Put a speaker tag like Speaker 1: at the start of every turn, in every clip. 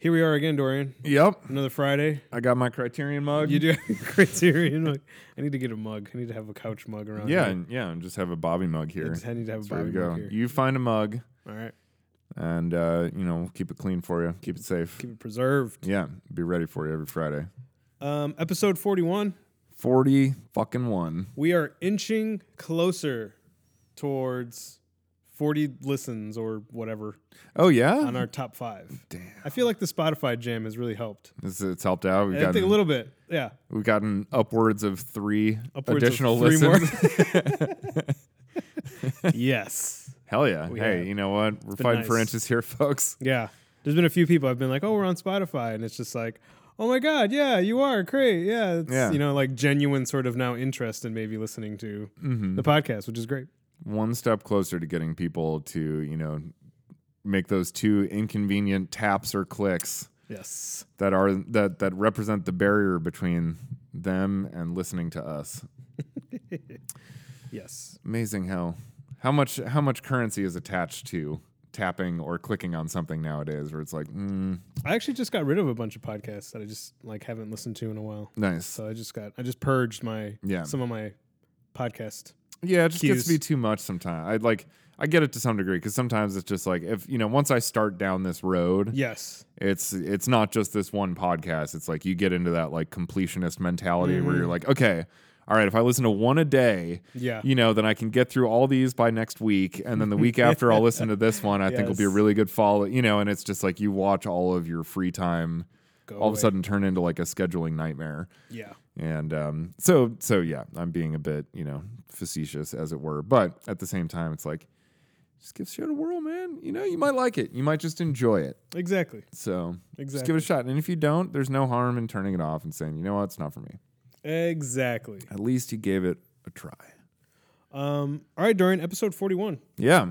Speaker 1: Here we are again, Dorian.
Speaker 2: Yep.
Speaker 1: Another Friday.
Speaker 2: I got my Criterion mug.
Speaker 1: You do Criterion mug. I need to get a mug. I need to have a couch mug around.
Speaker 2: Yeah,
Speaker 1: here.
Speaker 2: and, yeah, and just have a Bobby mug
Speaker 1: I
Speaker 2: here.
Speaker 1: just- I need to have
Speaker 2: That's
Speaker 1: a
Speaker 2: where we
Speaker 1: Bobby
Speaker 2: go.
Speaker 1: mug here.
Speaker 2: You find a mug,
Speaker 1: All right,
Speaker 2: and uh, you know we'll keep it clean for you. Keep it safe.
Speaker 1: keep it preserved.
Speaker 2: yeah, be ready for you every Friday.
Speaker 1: Um, episode forty-one.
Speaker 2: Forty fucking one.
Speaker 1: We are inching closer towards forty listens or whatever
Speaker 2: Oh yeah,
Speaker 1: on our top five.
Speaker 2: damn.
Speaker 1: I feel like the Spotify jam has really helped.
Speaker 2: This, it's helped out. We've
Speaker 1: I think a
Speaker 2: gotten,
Speaker 1: little bit. Yeah.
Speaker 2: we've gotten upwards of three
Speaker 1: Upwards of
Speaker 2: additional
Speaker 1: three more.
Speaker 2: listens.
Speaker 1: yes.
Speaker 2: Hell yeah! hey,
Speaker 1: have.
Speaker 2: you know what? We're
Speaker 1: been
Speaker 2: fighting for
Speaker 1: nice.
Speaker 2: inches here, folks.
Speaker 1: Yeah. There's been a few people I've been like, oh, we're on Spotify. And it's just like, oh my God, yeah, you are. Great. Yeah. It's,
Speaker 2: Yeah.
Speaker 1: You know, like genuine sort of now interest in maybe listening to
Speaker 2: Mm-hmm.
Speaker 1: the podcast, which is great.
Speaker 2: One step closer to getting people to you know make those two inconvenient taps or clicks.
Speaker 1: Yes.
Speaker 2: that are that that represent the barrier between them and listening to us.
Speaker 1: Yes.
Speaker 2: Amazing how how much how much currency is attached to tapping or clicking on something nowadays where it's like mm,
Speaker 1: I actually just got rid of a bunch of podcasts that I just like haven't listened to in a while.
Speaker 2: nice
Speaker 1: So I just got, I just purged my,
Speaker 2: Yeah.
Speaker 1: some of my podcast.
Speaker 2: yeah it just gets
Speaker 1: cues.
Speaker 2: to be too much sometimes i like i get it to some degree because sometimes it's just like if you know once i start down this road
Speaker 1: Yes.
Speaker 2: it's it's not just this one podcast it's like you get into that like completionist mentality where you're like okay all right if i listen to one a day
Speaker 1: Yeah.
Speaker 2: you know, then I can get through all these by next week. And then the week after, I'll listen to this one. I think will be a
Speaker 1: Yes.
Speaker 2: really good follow, you know, and it's just like you watch all of your free time
Speaker 1: Go
Speaker 2: all of
Speaker 1: away.
Speaker 2: a sudden turn into like a scheduling nightmare.
Speaker 1: Yeah.
Speaker 2: And um, so, so yeah, I'm being a bit, you know, facetious as it were. But at the same time, it's like, just give shit a whirl, man. You know, you might like it. You might just enjoy it.
Speaker 1: Exactly.
Speaker 2: So just
Speaker 1: Exactly.
Speaker 2: give it a shot. And if you don't, there's no harm in turning it off and saying, you know what, it's not for me.
Speaker 1: Exactly.
Speaker 2: At least you gave it a try.
Speaker 1: Um, all right, Dorian, episode 41.
Speaker 2: Yeah.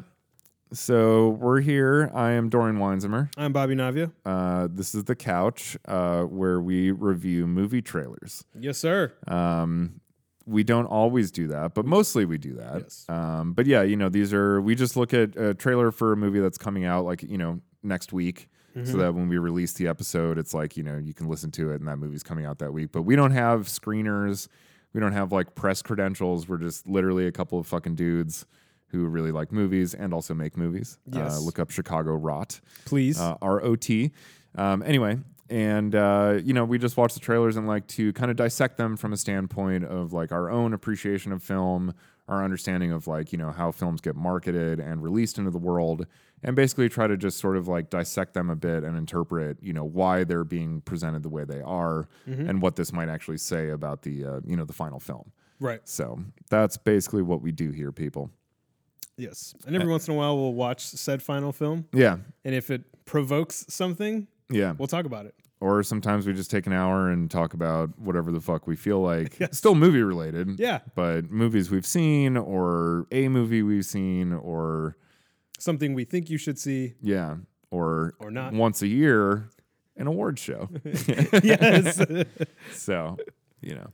Speaker 2: So we're here. I am Doran Weinzimmer.
Speaker 1: I'm Bobby Navia.
Speaker 2: Uh, this is the couch uh, where we review movie trailers.
Speaker 1: Yes, sir.
Speaker 2: Um, we don't always do that, but mostly we do that.
Speaker 1: Yes.
Speaker 2: Um, but yeah, you know, these are we just look at a trailer for a movie that's coming out like you know next week,
Speaker 1: Mm-hmm.
Speaker 2: so that when we release the episode, it's like you know you can listen to it and that movie's coming out that week. But we don't have screeners. We don't have like press credentials. We're just literally a couple of fucking dudes who really like movies and also make movies. Uh,
Speaker 1: Yes.
Speaker 2: look up Chicago Rot
Speaker 1: Please.
Speaker 2: uh, R O T. Um, anyway, and uh, you know, we just watch the trailers and like to kind of dissect them from a standpoint of like our own appreciation of film, our understanding of like you know how films get marketed and released into the world, and basically try to just sort of like dissect them a bit and interpret you know why they're being presented the way they are and what this might actually say about the uh, you know the final film.
Speaker 1: right.
Speaker 2: So that's basically what we do here, people.
Speaker 1: Yes. And
Speaker 2: Uh,
Speaker 1: every once in a while, we'll watch said final film.
Speaker 2: Yeah,
Speaker 1: And if it provokes something,
Speaker 2: yeah.
Speaker 1: we'll talk about it.
Speaker 2: or sometimes we just take an hour and talk about whatever the fuck we feel like. Still movie related.
Speaker 1: Yeah.
Speaker 2: But movies we've seen or a movie we've seen or
Speaker 1: Something we think you should see.
Speaker 2: yeah, or
Speaker 1: Or not.
Speaker 2: once a year an award show.
Speaker 1: yes.
Speaker 2: so, you know.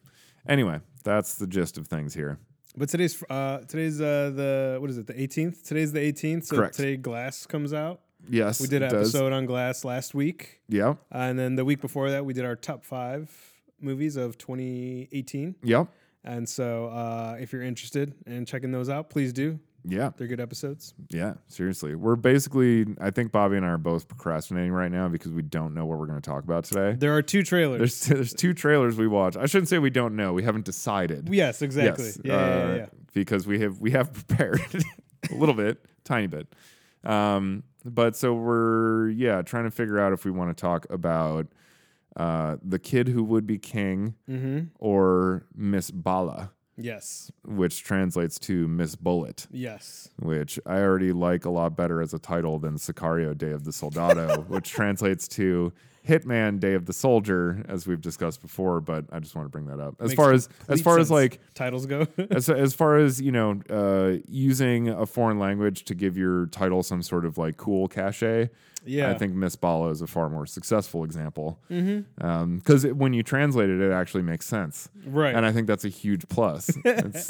Speaker 2: Anyway, that's the gist of things here.
Speaker 1: but today's, uh, today's, uh, the, what is it, the 18th? Today's the 18th. So
Speaker 2: Correct.
Speaker 1: today, Glass comes out.
Speaker 2: Yes.
Speaker 1: We did
Speaker 2: it
Speaker 1: an
Speaker 2: does.
Speaker 1: episode on Glass last week.
Speaker 2: Yep.
Speaker 1: Uh, and then the week before that, we did our top five movies of 2018.
Speaker 2: Yep.
Speaker 1: And so uh, if you're interested in checking those out, please do.
Speaker 2: Yeah.
Speaker 1: They're good episodes.
Speaker 2: Yeah. Seriously. We're basically I think Bobby and I are both procrastinating right now because we don't know what we're going to talk about today.
Speaker 1: There are two trailers.
Speaker 2: There's there's two trailers we watch. I shouldn't say we don't know. We haven't decided.
Speaker 1: yes, exactly.
Speaker 2: Yes,
Speaker 1: yeah, yeah, yeah,
Speaker 2: uh,
Speaker 1: yeah.
Speaker 2: Because we have we have prepared a little bit, tiny bit. Um, but so we're yeah trying to figure out if we want to talk about uh, the kid who would be king
Speaker 1: Mm-hmm.
Speaker 2: or Miss Bala,
Speaker 1: Yes,
Speaker 2: which translates to Miss Bullet.
Speaker 1: yes.
Speaker 2: Which I already like a lot better as a title than Sicario Day of the Soldado, which translates to Hitman Day of the Soldier, as we've discussed before. But I just want to bring that up as
Speaker 1: Makes
Speaker 2: far as as
Speaker 1: complete
Speaker 2: far as
Speaker 1: sense.
Speaker 2: like
Speaker 1: Titles go.
Speaker 2: as, as far as you know uh, using a foreign language to give your title some sort of like cool cachet
Speaker 1: yeah,
Speaker 2: i think miss bala is a far more successful example because mm-hmm. when you translate it it actually makes sense
Speaker 1: right.
Speaker 2: and i think that's a huge plus it's,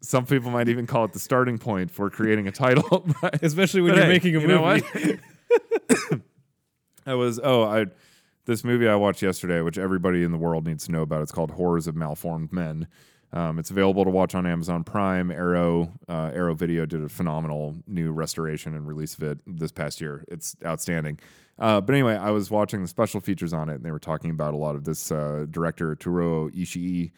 Speaker 2: some people might even call it the starting point for creating a title but
Speaker 1: Especially when
Speaker 2: but
Speaker 1: you're
Speaker 2: hey,
Speaker 1: making a
Speaker 2: you
Speaker 1: movie.
Speaker 2: know what? I was oh I this movie I watched yesterday, which everybody in the world needs to know about. It's called Horrors of Malformed Men. Um, it's available to watch on Amazon Prime. Arrow uh, Arrow Video did a phenomenal new restoration and release of it this past year. It's outstanding. Uh, but anyway, I was watching the special features on it, and they were talking about a lot of this uh, director Turo Ishii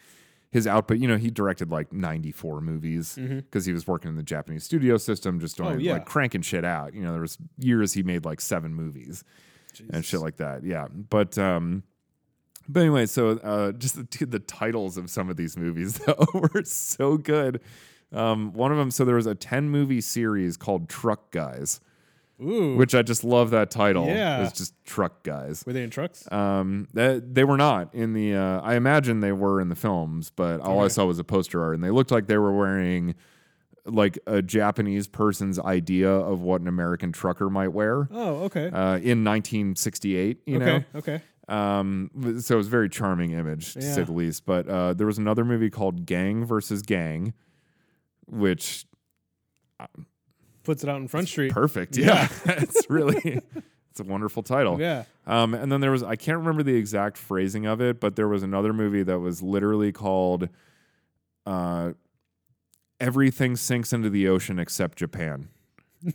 Speaker 2: his output. You know, he directed like 94 movies because he was working in the Japanese studio system, just doing
Speaker 1: Mm-hmm. Oh, yeah.
Speaker 2: like cranking shit out. You know, there was years he made like seven movies and shit like that. Yeah, but um, but anyway, so uh, just the, dude, the titles of some of these movies though were so good. Um, one of them, so there was a 10 movie series called Truck Guys,
Speaker 1: Ooh,
Speaker 2: which I just love that title.
Speaker 1: Yeah.
Speaker 2: It's just Truck Guys.
Speaker 1: were they in trucks?
Speaker 2: Um, that they were not in the. Uh, I imagine they were in the films, but all I
Speaker 1: Okay.
Speaker 2: saw was a poster art, and they looked like they were wearing like a Japanese person's idea of what an American trucker might wear
Speaker 1: oh, okay,
Speaker 2: uh, in 1968. You
Speaker 1: okay,
Speaker 2: know,
Speaker 1: okay.
Speaker 2: um, so it was a very charming image to say
Speaker 1: Yeah.
Speaker 2: the least. But uh, there was another movie called Gang versus Gang, which
Speaker 1: Puts it out in Front Street.
Speaker 2: perfect. Yeah, it's really it's a wonderful title.
Speaker 1: Yeah.
Speaker 2: Um, and then there was I can't remember the exact phrasing of it, but there was another movie that was literally called uh, "Everything Sinks into the Ocean Except Japan."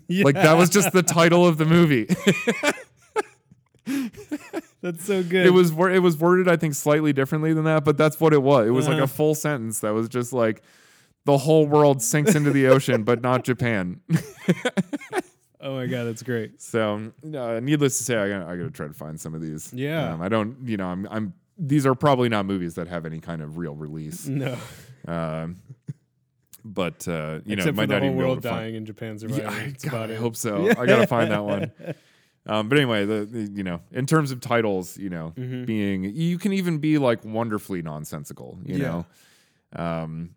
Speaker 1: yeah,
Speaker 2: Like that was just the title of the movie.
Speaker 1: that's so good.
Speaker 2: it was wor- it was worded I think slightly differently than that, but that's what it was. It was like
Speaker 1: Uh-huh.
Speaker 2: a full sentence that was just like the whole world sinks into the ocean, but not Japan.
Speaker 1: oh my god, that's great.
Speaker 2: So, uh, needless to say, I gotta, I gotta try to find some of these.
Speaker 1: Yeah.
Speaker 2: um, I don't. You know, I'm. I'm. These are probably not movies that have any kind of real release.
Speaker 1: No,
Speaker 2: Um, but uh, you know,
Speaker 1: except for
Speaker 2: might
Speaker 1: the
Speaker 2: not
Speaker 1: whole
Speaker 2: even be able
Speaker 1: world
Speaker 2: to find.
Speaker 1: dying and Japan surviving.
Speaker 2: Yeah, I,
Speaker 1: That's
Speaker 2: God,
Speaker 1: about
Speaker 2: I
Speaker 1: it.
Speaker 2: hope so. I gotta find that one. Um, but anyway, the, the- you know, in terms of titles, you know,
Speaker 1: Mm-hmm.
Speaker 2: being you can even be like wonderfully nonsensical. You
Speaker 1: Yeah.
Speaker 2: know, um,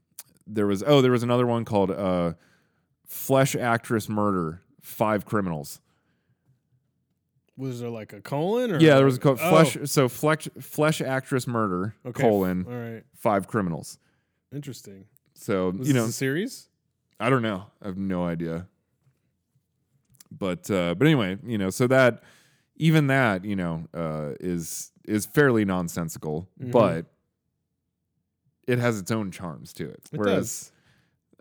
Speaker 2: there was oh, there was another one called uh, "Flesh Actress Murder: Five Criminals."
Speaker 1: Was there like a colon or
Speaker 2: Yeah, there was a co-
Speaker 1: like- oh,
Speaker 2: flesh. So flesh, flesh actress murder
Speaker 1: okay.
Speaker 2: colon
Speaker 1: All right,
Speaker 2: five criminals.
Speaker 1: interesting.
Speaker 2: So
Speaker 1: Was
Speaker 2: you
Speaker 1: this
Speaker 2: know,
Speaker 1: a series?
Speaker 2: I don't know. I have no idea. But uh, but anyway, you know, so that even that you know uh, is is fairly nonsensical,
Speaker 1: Mhm.
Speaker 2: but it has its own charms to it.
Speaker 1: It
Speaker 2: Whereas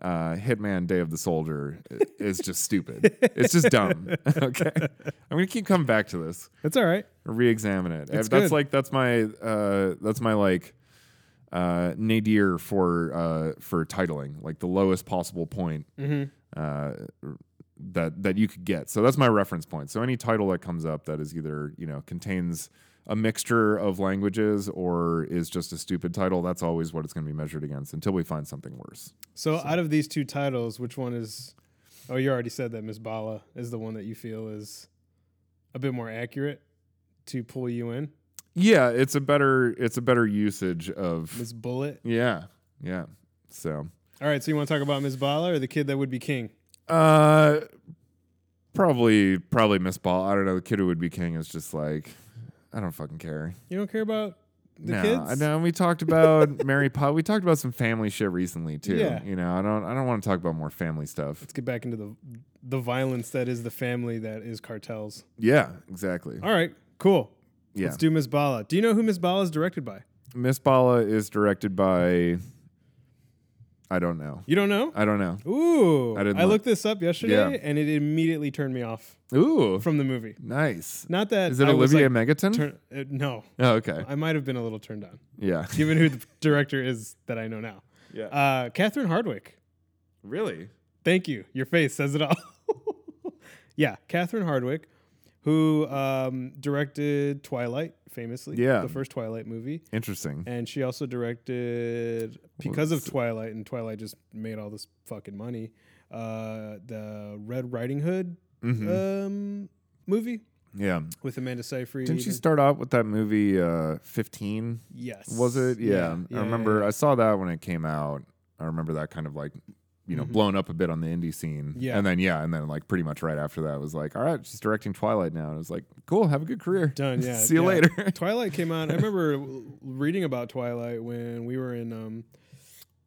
Speaker 2: Uh, Hitman Day of the Soldier i- is just stupid. It's just dumb. okay, I'm gonna keep coming back to this
Speaker 1: That's all right.
Speaker 2: re-examine it.
Speaker 1: It's
Speaker 2: that's
Speaker 1: good.
Speaker 2: like that's my uh, that's my like uh, nadir for uh, for titling, like the lowest possible point
Speaker 1: Mhm.
Speaker 2: uh, that that you could get. So that's my reference point. So any title that comes up that is either you know contains a mixture of languages or is just a stupid title, that's always what it's going to be measured against until we find something worse.
Speaker 1: So, out of these two titles, which one is? Oh, you already said that Miss Bala is the one that you feel is a bit more accurate to pull you in.
Speaker 2: Yeah, it's a better it's a better usage of
Speaker 1: Miss Bullet.
Speaker 2: yeah yeah. So
Speaker 1: All right, so you want to talk about Miss Bala or the kid that would be king?
Speaker 2: Uh, probably, probably Miss Ball. I don't know. The kid who would be king is just like, I don't fucking care.
Speaker 1: You don't care about the
Speaker 2: no,
Speaker 1: kids.
Speaker 2: I know. We talked about Mary Pot. We talked about some family shit recently too.
Speaker 1: Yeah.
Speaker 2: You know, I don't, I don't want to talk about more family stuff.
Speaker 1: Let's get back into the the violence that is the family that is cartels.
Speaker 2: Yeah, exactly.
Speaker 1: All right, cool.
Speaker 2: Yeah.
Speaker 1: Let's do Miss Bala. Do you know who Miss Bala is directed by?
Speaker 2: Miss Bala is directed by. I don't know.
Speaker 1: You don't know?
Speaker 2: I don't know.
Speaker 1: Ooh,
Speaker 2: I
Speaker 1: I,
Speaker 2: didn't look.
Speaker 1: looked this up yesterday,
Speaker 2: Yeah.
Speaker 1: and it immediately turned me off
Speaker 2: Ooh,
Speaker 1: from the movie.
Speaker 2: nice.
Speaker 1: Not that
Speaker 2: Is it
Speaker 1: I was,
Speaker 2: Olivia
Speaker 1: like,
Speaker 2: Megaton?
Speaker 1: turn- uh, no,
Speaker 2: oh, okay.
Speaker 1: I might have been a little turned on,
Speaker 2: Yeah.
Speaker 1: given who the director is that I know now.
Speaker 2: Yeah.
Speaker 1: Uh, Catherine Hardwick.
Speaker 2: really?
Speaker 1: Thank you. Your face says it all. yeah, Catherine Hardwick, who um, directed Twilight famously.
Speaker 2: Yeah.
Speaker 1: the first Twilight movie,
Speaker 2: Interesting.
Speaker 1: and she also directed because of Twilight, and Twilight just made all this fucking money. Uh, the Red Riding Hood
Speaker 2: Mm-hmm.
Speaker 1: um, movie
Speaker 2: Yeah.
Speaker 1: with Amanda Seyfried.
Speaker 2: Didn't she
Speaker 1: and-
Speaker 2: start out with that movie, uh, 15?
Speaker 1: yes.
Speaker 2: Was it? Yeah.
Speaker 1: yeah,
Speaker 2: I remember
Speaker 1: yeah.
Speaker 2: I saw that when it came out. I remember that kind of like, you know, blown up a bit on the indie scene.
Speaker 1: Mm-hmm. Yeah.
Speaker 2: And then, yeah. And then, like, pretty much right after that, it was like, all right, she's directing Twilight now. And it was like, cool, have a good career.
Speaker 1: Done. Yeah.
Speaker 2: See you
Speaker 1: yeah.
Speaker 2: later.
Speaker 1: Twilight came out. I remember reading about Twilight when we were in um,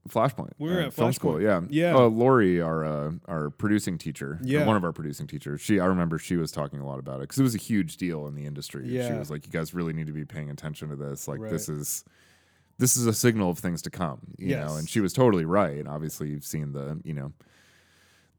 Speaker 2: Flashpoint.
Speaker 1: We were
Speaker 2: uh,
Speaker 1: at
Speaker 2: film
Speaker 1: Flashpoint.
Speaker 2: school. Yeah,
Speaker 1: Yeah.
Speaker 2: Uh, Lori, our uh, our producing teacher, or
Speaker 1: Yeah.
Speaker 2: one of our producing teachers. She, I remember, she was talking a lot about it because it was a huge deal in the industry. she
Speaker 1: Yeah.
Speaker 2: was like, "You guys really need to be paying attention to this. Like,
Speaker 1: Right.
Speaker 2: this is." This is a signal of things to come, you know,
Speaker 1: Yes.
Speaker 2: and she was totally right. Obviously, you've seen the, you know,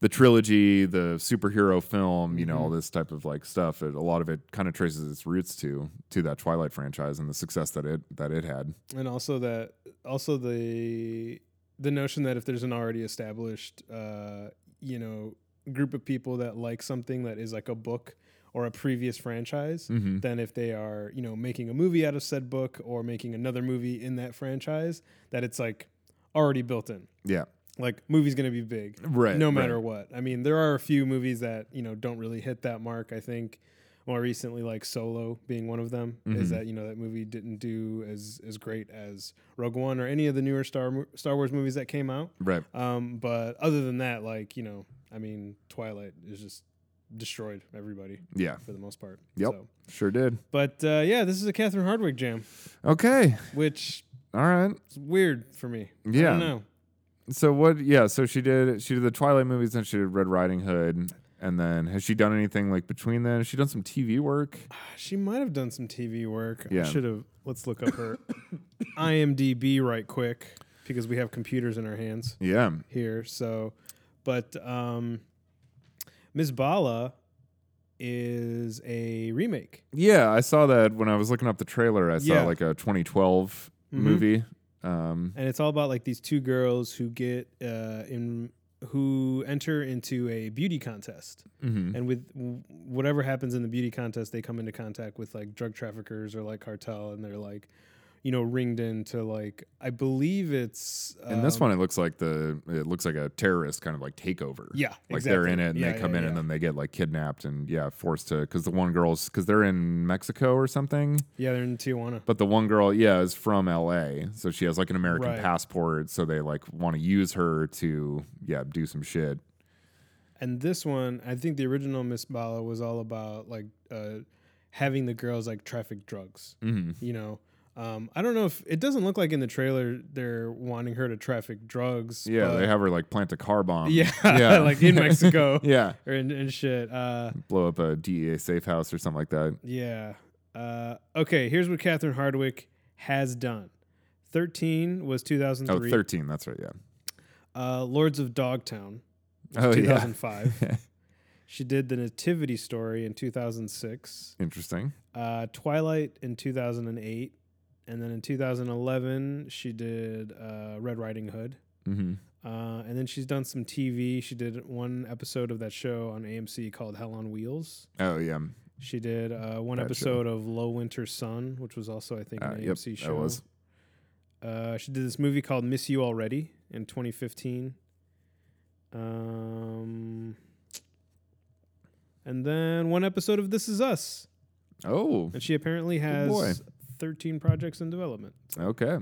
Speaker 2: the trilogy, the superhero film, you know,
Speaker 1: Mm-hmm.
Speaker 2: all this type of like stuff. It, a lot of it kind of traces its roots to to that Twilight franchise and the success that it that it had.
Speaker 1: and also that also the the notion that if there's an already established uh you know group of people that like something that is like a book or a previous franchise
Speaker 2: Mm-hmm.
Speaker 1: then if they are you know making a movie out of said book or making another movie in that franchise that it's like already built in
Speaker 2: Yeah,
Speaker 1: like movie's going to be big
Speaker 2: right.
Speaker 1: no
Speaker 2: right.
Speaker 1: matter what. I mean, there are a few movies that you know don't really hit that mark. I think more recently, like Solo being one of them, is
Speaker 2: Mm-hmm.
Speaker 1: that you know that movie didn't do as as great as Rogue One or any of the newer Star mo- Star Wars movies that came out.
Speaker 2: right.
Speaker 1: Um, but other than that, like you know, I mean, Twilight is just destroyed everybody
Speaker 2: Yeah,
Speaker 1: for the most part.
Speaker 2: Yep. sure did.
Speaker 1: But uh, yeah, this is a Catherine Hardwick jam,
Speaker 2: Okay,
Speaker 1: which
Speaker 2: all right.
Speaker 1: is weird for me. I
Speaker 2: Yeah.
Speaker 1: don't know.
Speaker 2: So what? Yeah. So she did. She did the Twilight movies, and she did Red Riding Hood, and then has she done anything like between then? Has she done some TV work?
Speaker 1: She might have done some TV work.
Speaker 2: Yeah.
Speaker 1: I should have. Let's look up her IMDb right quick because we have computers in our hands
Speaker 2: Yeah.
Speaker 1: here. So, but um, Ms. Bala is a remake.
Speaker 2: Yeah, I saw that when I was looking up the trailer. I saw
Speaker 1: Yeah. Mm-hmm.
Speaker 2: like a 2012 movie. Um,
Speaker 1: And it's all about like these two girls who get uh, in who enter into a beauty contest,
Speaker 2: Mm-hmm.
Speaker 1: and with w- whatever happens in the beauty contest, they come into contact with like drug traffickers or like cartel, and they're like, you know, ringed into like I believe it's um,
Speaker 2: and this one, it looks like the it looks like a terrorist kind of like takeover.
Speaker 1: Yeah,
Speaker 2: like they're
Speaker 1: exactly.
Speaker 2: in it and
Speaker 1: Yeah,
Speaker 2: they come
Speaker 1: yeah,
Speaker 2: in and
Speaker 1: yeah.
Speaker 2: then they get like kidnapped and yeah forced to because the one girl's because they're in Mexico or something.
Speaker 1: Yeah, they're in Tijuana.
Speaker 2: But the one girl, yeah, is from LA. So she has like an American
Speaker 1: Right.
Speaker 2: passport. So they like want to use her to, yeah, do some shit.
Speaker 1: And this one, I think the original Miss Bala was all about like uh, having the girls like traffic drugs. You know, um, I don't know if it doesn't look like in the trailer they're wanting her to traffic drugs.
Speaker 2: Yeah.
Speaker 1: but-
Speaker 2: they have her like plant a car bomb.
Speaker 1: yeah,
Speaker 2: Yeah.
Speaker 1: like in Mexico
Speaker 2: yeah.
Speaker 1: or in, and shit. Uh,
Speaker 2: Blow up a DEA safe house or something like that.
Speaker 1: yeah. Uh, okay, here's what Catherine Hardwick has done. Thirteen was two thousand
Speaker 2: Oh,
Speaker 1: three.
Speaker 2: 13. That's right. Yeah.
Speaker 1: uh, Lords of Dogtown, was
Speaker 2: Oh, yeah.
Speaker 1: 2005. she did The Nativity Story in 2006,
Speaker 2: Interesting.
Speaker 1: uh, Twilight in 2008, and then in 2011, she did uh, Red Riding Hood.
Speaker 2: hmm
Speaker 1: Uh, and then she's done some TV. She did one episode of that show on AMC called Hell on Wheels.
Speaker 2: Oh, yeah.
Speaker 1: She did uh, one
Speaker 2: That
Speaker 1: episode of Low Winter Sun, which was also, I think,
Speaker 2: Uh,
Speaker 1: an
Speaker 2: yep.
Speaker 1: AMC show.
Speaker 2: That was.
Speaker 1: Uh, she did this movie called Miss You Already in 2015. Um, and then one episode of This Is Us.
Speaker 2: Oh,
Speaker 1: And she apparently
Speaker 2: boy.
Speaker 1: has 13 projects in development.
Speaker 2: okay.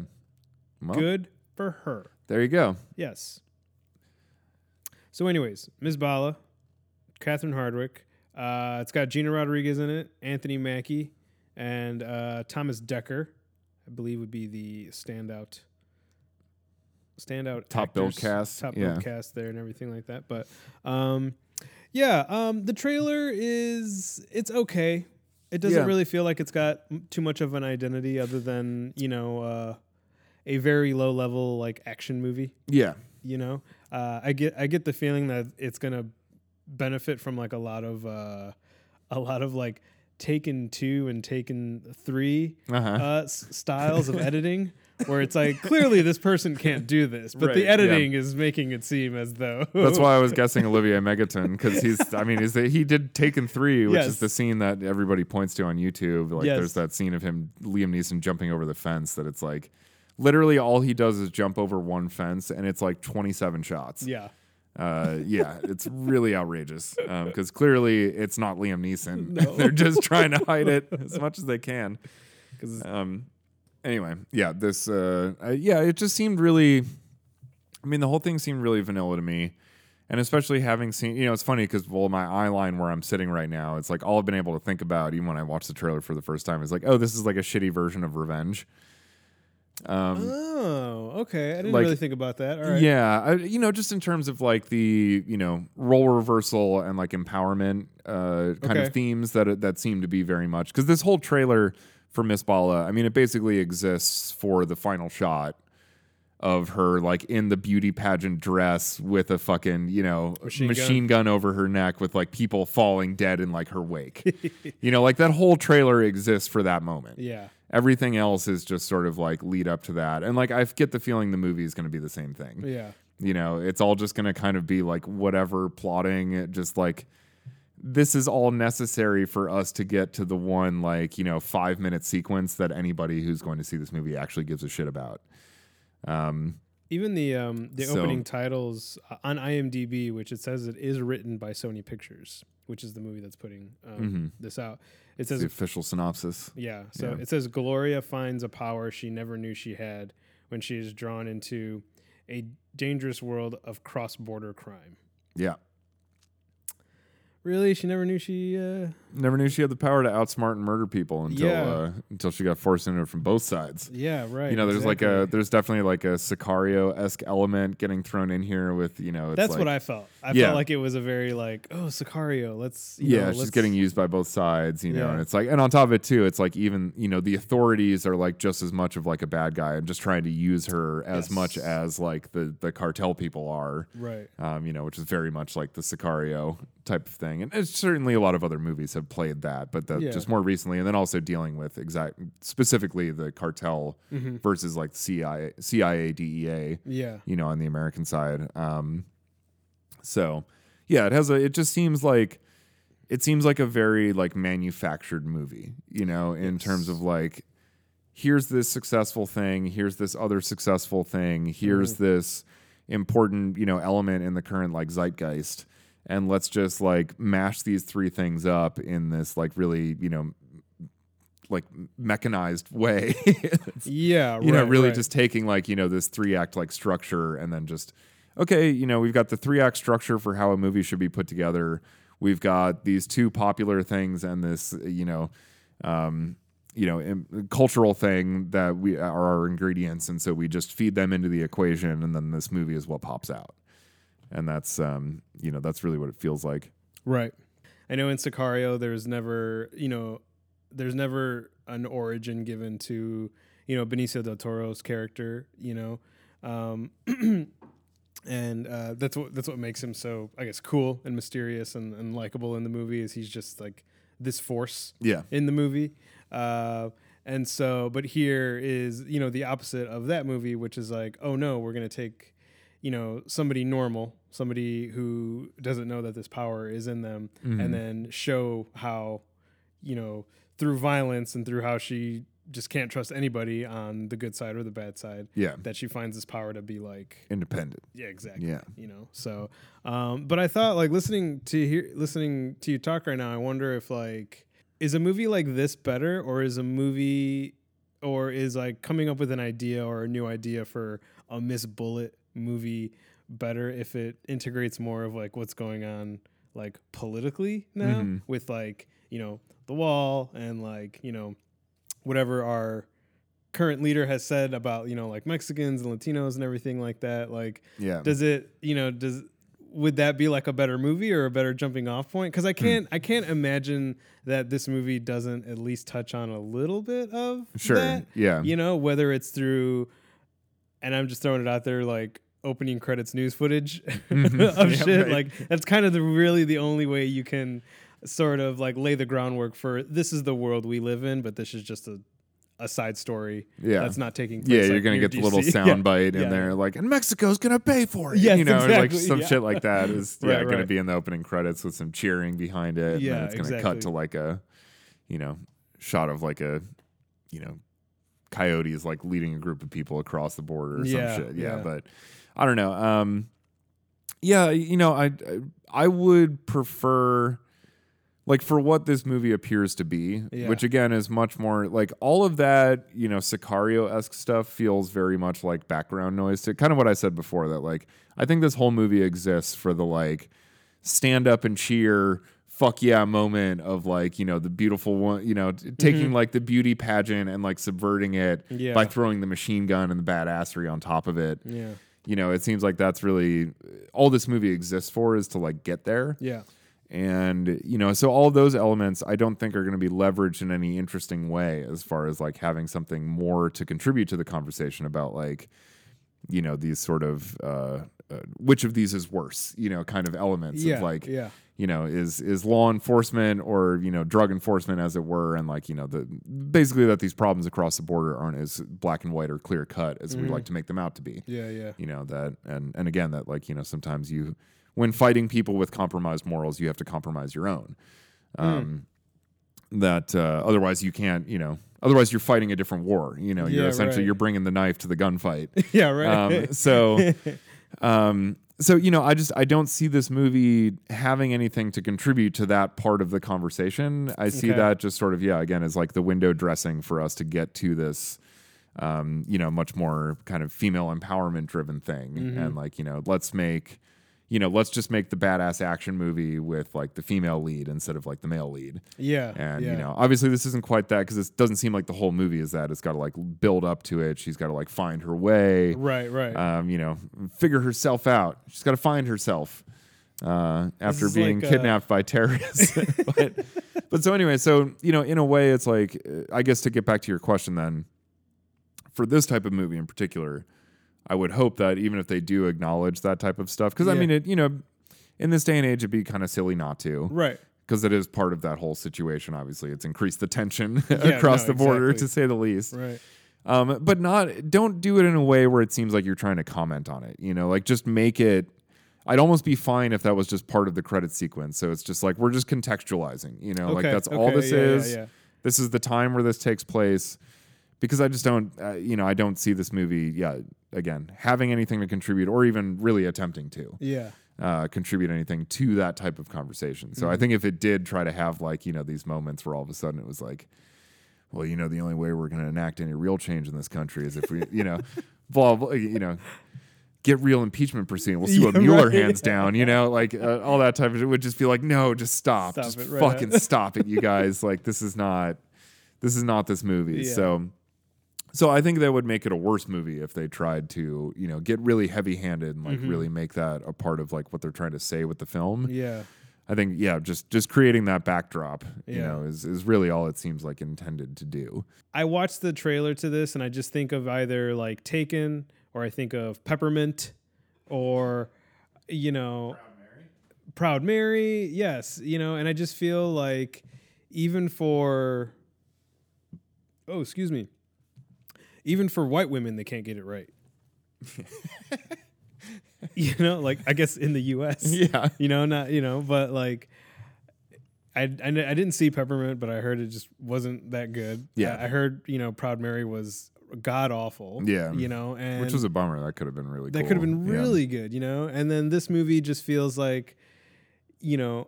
Speaker 2: Well,
Speaker 1: Good for her.
Speaker 2: There you go.
Speaker 1: Yes. So, anyways, Ms. Bala, Catherine Hardwick. Uh, it's got Gina Rodriguez in it, Anthony Mackie, and uh, Thomas Decker. I believe would be the standout, standout
Speaker 2: Top billed
Speaker 1: actors,
Speaker 2: cast,
Speaker 1: top
Speaker 2: yeah.
Speaker 1: billed cast there, and everything like that. But, um, yeah, um, the trailer is it's okay. It doesn't
Speaker 2: Yeah.
Speaker 1: really feel like it's got m- too much of an identity, other than you know, uh, a very low level like action movie
Speaker 2: Yeah.
Speaker 1: you know uh, i get i get the feeling that it's gonna benefit from like a lot of uh a lot of like taken two and taken three
Speaker 2: Uh-huh.
Speaker 1: uh s- styles of editing where it's like clearly this person can't do this but
Speaker 2: Right,
Speaker 1: the
Speaker 2: yeah.
Speaker 1: editing is making it seem as though
Speaker 2: That's why I was guessing Olivier Megaton because he's. I mean, is that he did Taken Three, which is
Speaker 1: Yes.
Speaker 2: the scene that everybody points to on YouTube. Like,
Speaker 1: Yes.
Speaker 2: there's that scene of him, Liam Neeson, jumping over the fence. That it's like, literally, all he does is jump over one fence, and it's like 27 shots.
Speaker 1: yeah
Speaker 2: Uh, yeah, it's really outrageous because clearly it's not Liam Neeson.
Speaker 1: No.
Speaker 2: They're just trying to hide it as much as they can.
Speaker 1: 'Cause-
Speaker 2: Um, anyway, yeah, this, uh, uh, yeah, it just seemed really. I mean, the whole thing seemed really vanilla to me, and especially having seen, you know, it's funny because well, my eye line where I'm sitting right now, it's like all I've been able to think about, even when I watched the trailer for the first time, is like, oh, this is like a shitty version of Revenge. Um,
Speaker 1: Oh, okay. I didn't
Speaker 2: like-
Speaker 1: really think about that. All right.
Speaker 2: Yeah, I, you know, just in terms of like the you know role reversal and like empowerment uh, kind
Speaker 1: Okay.
Speaker 2: of themes that that seem to be very much because this whole trailer for Miss Bala, I mean, it basically exists for the final shot of her like in the beauty pageant dress with a fucking you know
Speaker 1: Machine
Speaker 2: machine,
Speaker 1: gun.
Speaker 2: gun over her neck with like people falling dead in like her wake. you know, like that whole trailer exists for that moment
Speaker 1: Yeah.
Speaker 2: everything else is just sort of like lead up to that and like i get the feeling the movie is going to be the same thing
Speaker 1: Yeah.
Speaker 2: you know it's all just going to kind of be like whatever plotting it just like this is all necessary for us to get to the one like you know five minute sequence that anybody who's going to see this movie actually gives a shit about um
Speaker 1: Even the um, the
Speaker 2: So-
Speaker 1: opening titles uh, on IMDb, which it says it is written by Sony Pictures, which is the movie that's putting um, this out. It
Speaker 2: the
Speaker 1: says
Speaker 2: official synopsis
Speaker 1: Yeah. So
Speaker 2: Mm-hmm. Yeah.
Speaker 1: it says Gloria finds a power she never knew she had when she is drawn into a dangerous world of cross border crime.
Speaker 2: yeah
Speaker 1: Really? She never knew she. Uh,
Speaker 2: never knew she had the power to outsmart and murder people until
Speaker 1: Yeah.
Speaker 2: uh, until she got forced into it from both sides
Speaker 1: yeah, right.
Speaker 2: you know, there's like a
Speaker 1: exactly.
Speaker 2: there's definitely like a Sicario esque element getting thrown in here with you know. It's
Speaker 1: That's
Speaker 2: like,
Speaker 1: what I felt. I
Speaker 2: Yeah.
Speaker 1: felt like it was a very like, oh, Sicario. Let's. You
Speaker 2: Yeah,
Speaker 1: know,
Speaker 2: she's
Speaker 1: let's-
Speaker 2: getting used by both sides, you know,
Speaker 1: Yeah.
Speaker 2: and it's like, and on top of it too, it's like even you know the authorities are like just as much of like a bad guy and just trying to use her as much
Speaker 1: Yes.
Speaker 2: as like the the cartel people are,
Speaker 1: right.
Speaker 2: um, you know, which is very much like the Sicario type of thing, and it's certainly a lot of other movies have played that, but that
Speaker 1: Yeah.
Speaker 2: just more recently, and then also dealing with exact specifically the cartel versus like CIA, CIA, DEA,
Speaker 1: Mm-hmm. Yeah.
Speaker 2: you know, on the American side. Um, so yeah, it has a. It just seems like it seems like a very like manufactured movie, you know, in terms of like here's this successful thing, here's this other successful thing, here's this important you know element in the current like zeitgeist, and let's just like mash these three things up in this like really you know like mechanized way
Speaker 1: Yeah. Right,
Speaker 2: you know really
Speaker 1: right.
Speaker 2: just taking like you know this three act like structure and then just okay you know we've got the three act structure for how a movie should be put together we've got these two popular things and this you know um you know im- cultural thing that we are our ingredients and so we just feed them into the equation and then this movie is what pops out and that's um you know that's really what it feels like
Speaker 1: Right. I know in Sicario, there's never, you know, there's never an origin given to, you know, Benicio del Toro's character, you know, um, and uh, that's what that's what makes him so, I guess, cool and mysterious and, and likable in the movie is he's just like this force
Speaker 2: yeah
Speaker 1: in the movie. Uh, and so, but here is, you know, the opposite of that movie, which is like, oh no, we're going to take, you know, somebody normal, somebody who doesn't know that this power is in them, and then show how, you know, through violence and through how she just can't trust anybody on the good side or the bad side,
Speaker 2: yeah
Speaker 1: that she finds this power to be like,
Speaker 2: independent
Speaker 1: yeah, exactly.
Speaker 2: Yeah.
Speaker 1: You know. So, um, but I thought like listening to hear listening to you talk right now, I wonder if like is a movie like this better or is a movie or is like coming up with an idea or a new idea for a Miss Bullet movie better if it integrates more of like what's going on like politically now
Speaker 2: Mhm.
Speaker 1: with like, you know, the wall and like, you know, whatever our current leader has said about, you know, like Mexicans and Latinos and everything like that. Like
Speaker 2: yeah
Speaker 1: does it you know does would that be like a better movie or a better jumping off point
Speaker 2: Hmm.
Speaker 1: because i can't i can't imagine that this movie doesn't at least touch on a little bit of
Speaker 2: sure
Speaker 1: that,
Speaker 2: yeah
Speaker 1: you know whether it's through and i'm just throwing it out there like opening credits news footage of
Speaker 2: Mm-hmm. Yeah,
Speaker 1: shit
Speaker 2: right.
Speaker 1: like that's kind of the really the only way you can sort of like lay the groundwork for this is the world we live in but this is just a a side story
Speaker 2: Yeah.
Speaker 1: that's not taking place
Speaker 2: Yeah, you're
Speaker 1: like,
Speaker 2: gonna
Speaker 1: near
Speaker 2: get the little
Speaker 1: DC. Yeah.
Speaker 2: sound bite in
Speaker 1: Yeah.
Speaker 2: there, like, and Mexico's gonna pay for it.
Speaker 1: Yes,
Speaker 2: you know, and,
Speaker 1: exactly,
Speaker 2: like some
Speaker 1: yeah.
Speaker 2: shit like that is yeah,
Speaker 1: Right,
Speaker 2: gonna
Speaker 1: right.
Speaker 2: be in the opening credits with some cheering behind it. and
Speaker 1: Yeah,
Speaker 2: then it's gonna
Speaker 1: exactly.
Speaker 2: cut to like a you know, shot of like a you know, coyotes like leading a group of people across the border or
Speaker 1: Yeah,
Speaker 2: some shit. Yeah,
Speaker 1: yeah.
Speaker 2: But I don't know. Um yeah, you know, I I would prefer like for what this movie appears to be,
Speaker 1: Yeah.
Speaker 2: which again is much more like all of that, you know, Sicario esque stuff feels very much like background noise to kind of what I said before that like I think this whole movie exists for the like stand up and cheer, fuck yeah moment of like you know the beautiful one you know t- taking like the beauty pageant and like subverting it
Speaker 1: Mm-hmm. Yeah.
Speaker 2: by throwing the machine gun and the badassery on top of it
Speaker 1: Yeah.
Speaker 2: you know it seems like that's really all this movie exists for is to like get there
Speaker 1: Yeah.
Speaker 2: and you know so all those elements i don't think are going to be leveraged in any interesting way as far as like having something more to contribute to the conversation about like you know these sort of uh, uh which of these is worse you know kind of elements
Speaker 1: Yeah.
Speaker 2: of like
Speaker 1: yeah.
Speaker 2: you know is is law enforcement or you know drug enforcement as it were and like you know the basically that these problems across the border aren't as black and white or clear cut as
Speaker 1: Mm-hmm.
Speaker 2: we like to make them out to be
Speaker 1: Yeah. Yeah.
Speaker 2: you know that and and again that like you know sometimes you when fighting people with compromised morals you have to compromise your own
Speaker 1: Hmm.
Speaker 2: um that uh, otherwise you can't you know otherwise you're fighting a different war you know you're
Speaker 1: Yeah,
Speaker 2: essentially
Speaker 1: right.
Speaker 2: you're bringing the knife to the gunfight
Speaker 1: Yeah. Right.
Speaker 2: um, so um so you know i just i don't see this movie having anything to contribute to that part of the conversation i see
Speaker 1: Okay.
Speaker 2: that just sort of yeah again as like the window dressing for us to get to this um you know much more kind of female empowerment driven thing
Speaker 1: Mm-hmm.
Speaker 2: and like you know let's make you know let's just make the badass action movie with like the female lead instead of like the male lead
Speaker 1: yeah.
Speaker 2: and
Speaker 1: yeah.
Speaker 2: you know, obviously this isn't quite that because it doesn't seem like the whole movie is that. It's got to like build up to it. She's got to like find her way.
Speaker 1: Right. Right.
Speaker 2: Um, you know, figure herself out. She's got to find herself uh, after
Speaker 1: is
Speaker 2: being
Speaker 1: like, uh,
Speaker 2: kidnapped by terrorists. but, but so anyway, so you know, in a way, it's like uh, I guess to get back to your question then, for this type of movie in particular, I would hope that even if they do acknowledge that type of stuff, because I
Speaker 1: Yeah.
Speaker 2: mean, it you know, in this day and age, it'd be kind of silly not to
Speaker 1: right.
Speaker 2: because it is part of that whole situation. Obviously, it's increased the tension
Speaker 1: Yeah,
Speaker 2: across
Speaker 1: no,
Speaker 2: the border,
Speaker 1: exactly.
Speaker 2: to say the least.
Speaker 1: Right.
Speaker 2: Um, but not don't do it in a way where it seems like you're trying to comment on it. You know, like just make it. I'd almost be fine if that was just part of the credit sequence. So it's just like we're just contextualizing. You know, like
Speaker 1: Okay,
Speaker 2: that's all
Speaker 1: okay,
Speaker 2: this
Speaker 1: yeah, yeah,
Speaker 2: is.
Speaker 1: yeah.
Speaker 2: This is the time where this takes place. Because I just don't, uh, you know, I don't see this movie. Yeah, again, having anything to contribute or even really attempting to
Speaker 1: Yeah.
Speaker 2: uh, contribute anything to that type of conversation. So I
Speaker 1: Mm-hmm.
Speaker 2: think if it did try to have like you know these moments where all of a sudden it was like, well, you know, the only way we're going to enact any real change in this country is if we, you know, blah, blah, you know, get real impeachment proceeding. We'll see what
Speaker 1: Yeah,
Speaker 2: Mueller
Speaker 1: right.
Speaker 2: hands down, you know, like uh, all that type of shit would just be like, no, just stop,
Speaker 1: Stop
Speaker 2: just
Speaker 1: it right
Speaker 2: fucking
Speaker 1: now.
Speaker 2: stop it, you guys. Like this is not, this is not this movie.
Speaker 1: Yeah.
Speaker 2: So. So I think that would make it a worse movie if they tried to, you know, get really heavy-handed and like really make that a part of like what they're trying to say with the film.
Speaker 1: Mm-hmm. Yeah.
Speaker 2: I think yeah, just just creating that backdrop, you
Speaker 1: Yeah.
Speaker 2: know, is is really all it seems like intended to do.
Speaker 1: I watched the trailer to this and I just think of either like Taken or I think of Peppermint or you know Proud Mary. yes, you know, and I just feel like even for oh, excuse me. Even for white women they can't get it right. you know, like I guess in the US
Speaker 2: Yeah.
Speaker 1: you know not you know but like I, I, kn- I didn't see peppermint but i heard it just wasn't that good
Speaker 2: Yeah.
Speaker 1: i, I heard you know proud mary was god awful
Speaker 2: Yeah.
Speaker 1: you know and
Speaker 2: Which was a bummer. That could have been really
Speaker 1: that
Speaker 2: cool.
Speaker 1: could have been
Speaker 2: Yeah.
Speaker 1: really good you know and then this movie just feels like you know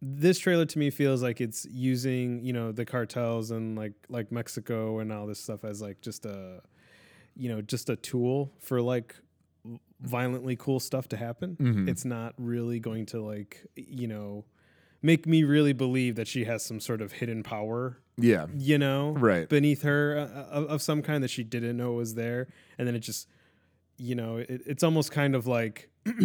Speaker 1: this trailer to me feels like it's using you know the cartels and like like mexico and all this stuff as like just a you know just a tool for like violently cool stuff to happen
Speaker 2: Mhm.
Speaker 1: it's not really going to like you know make me really believe that she has some sort of hidden power
Speaker 2: Yeah.
Speaker 1: you know,
Speaker 2: Right.
Speaker 1: beneath her uh, of, of some kind that she didn't know was there, and then it just, you know, it, it's almost kind of like,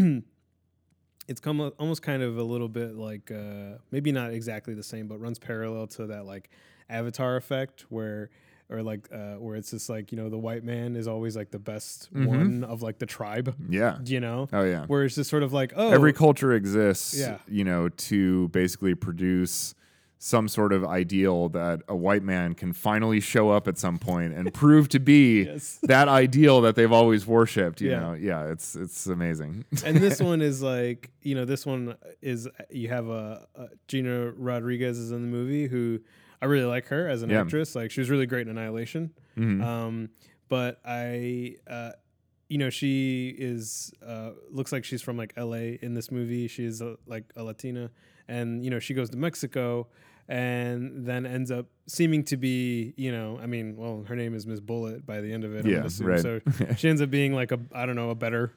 Speaker 1: it's come a- almost kind of a little bit like uh, maybe not exactly the same, but runs parallel to that like Avatar effect where. Or like, uh, where it's just like you know, the white man is always like the best one of like the tribe,
Speaker 2: Yeah.
Speaker 1: you know.
Speaker 2: Oh yeah.
Speaker 1: Where it's just sort of like, oh,
Speaker 2: Every culture exists,
Speaker 1: Yeah.
Speaker 2: you know, to basically produce some sort of ideal that a white man can finally show up at some point and prove to be
Speaker 1: Yes.
Speaker 2: that ideal that they've always worshipped. You
Speaker 1: Yeah.
Speaker 2: know, yeah, it's it's amazing.
Speaker 1: and this one is like you know this one is you have a, a Gina Rodriguez is in the movie who I really like her as an
Speaker 2: Yeah.
Speaker 1: actress like she was really great in Annihilation
Speaker 2: Mhm.
Speaker 1: um but I uh you know she is uh looks like she's from like LA in this movie she is a, like a Latina and you know she goes to Mexico and then ends up seeming to be you know I mean well her name is Miss Bullet by the end of it I would
Speaker 2: Yeah,
Speaker 1: assume.
Speaker 2: right.
Speaker 1: so she ends up being like a I don't know a better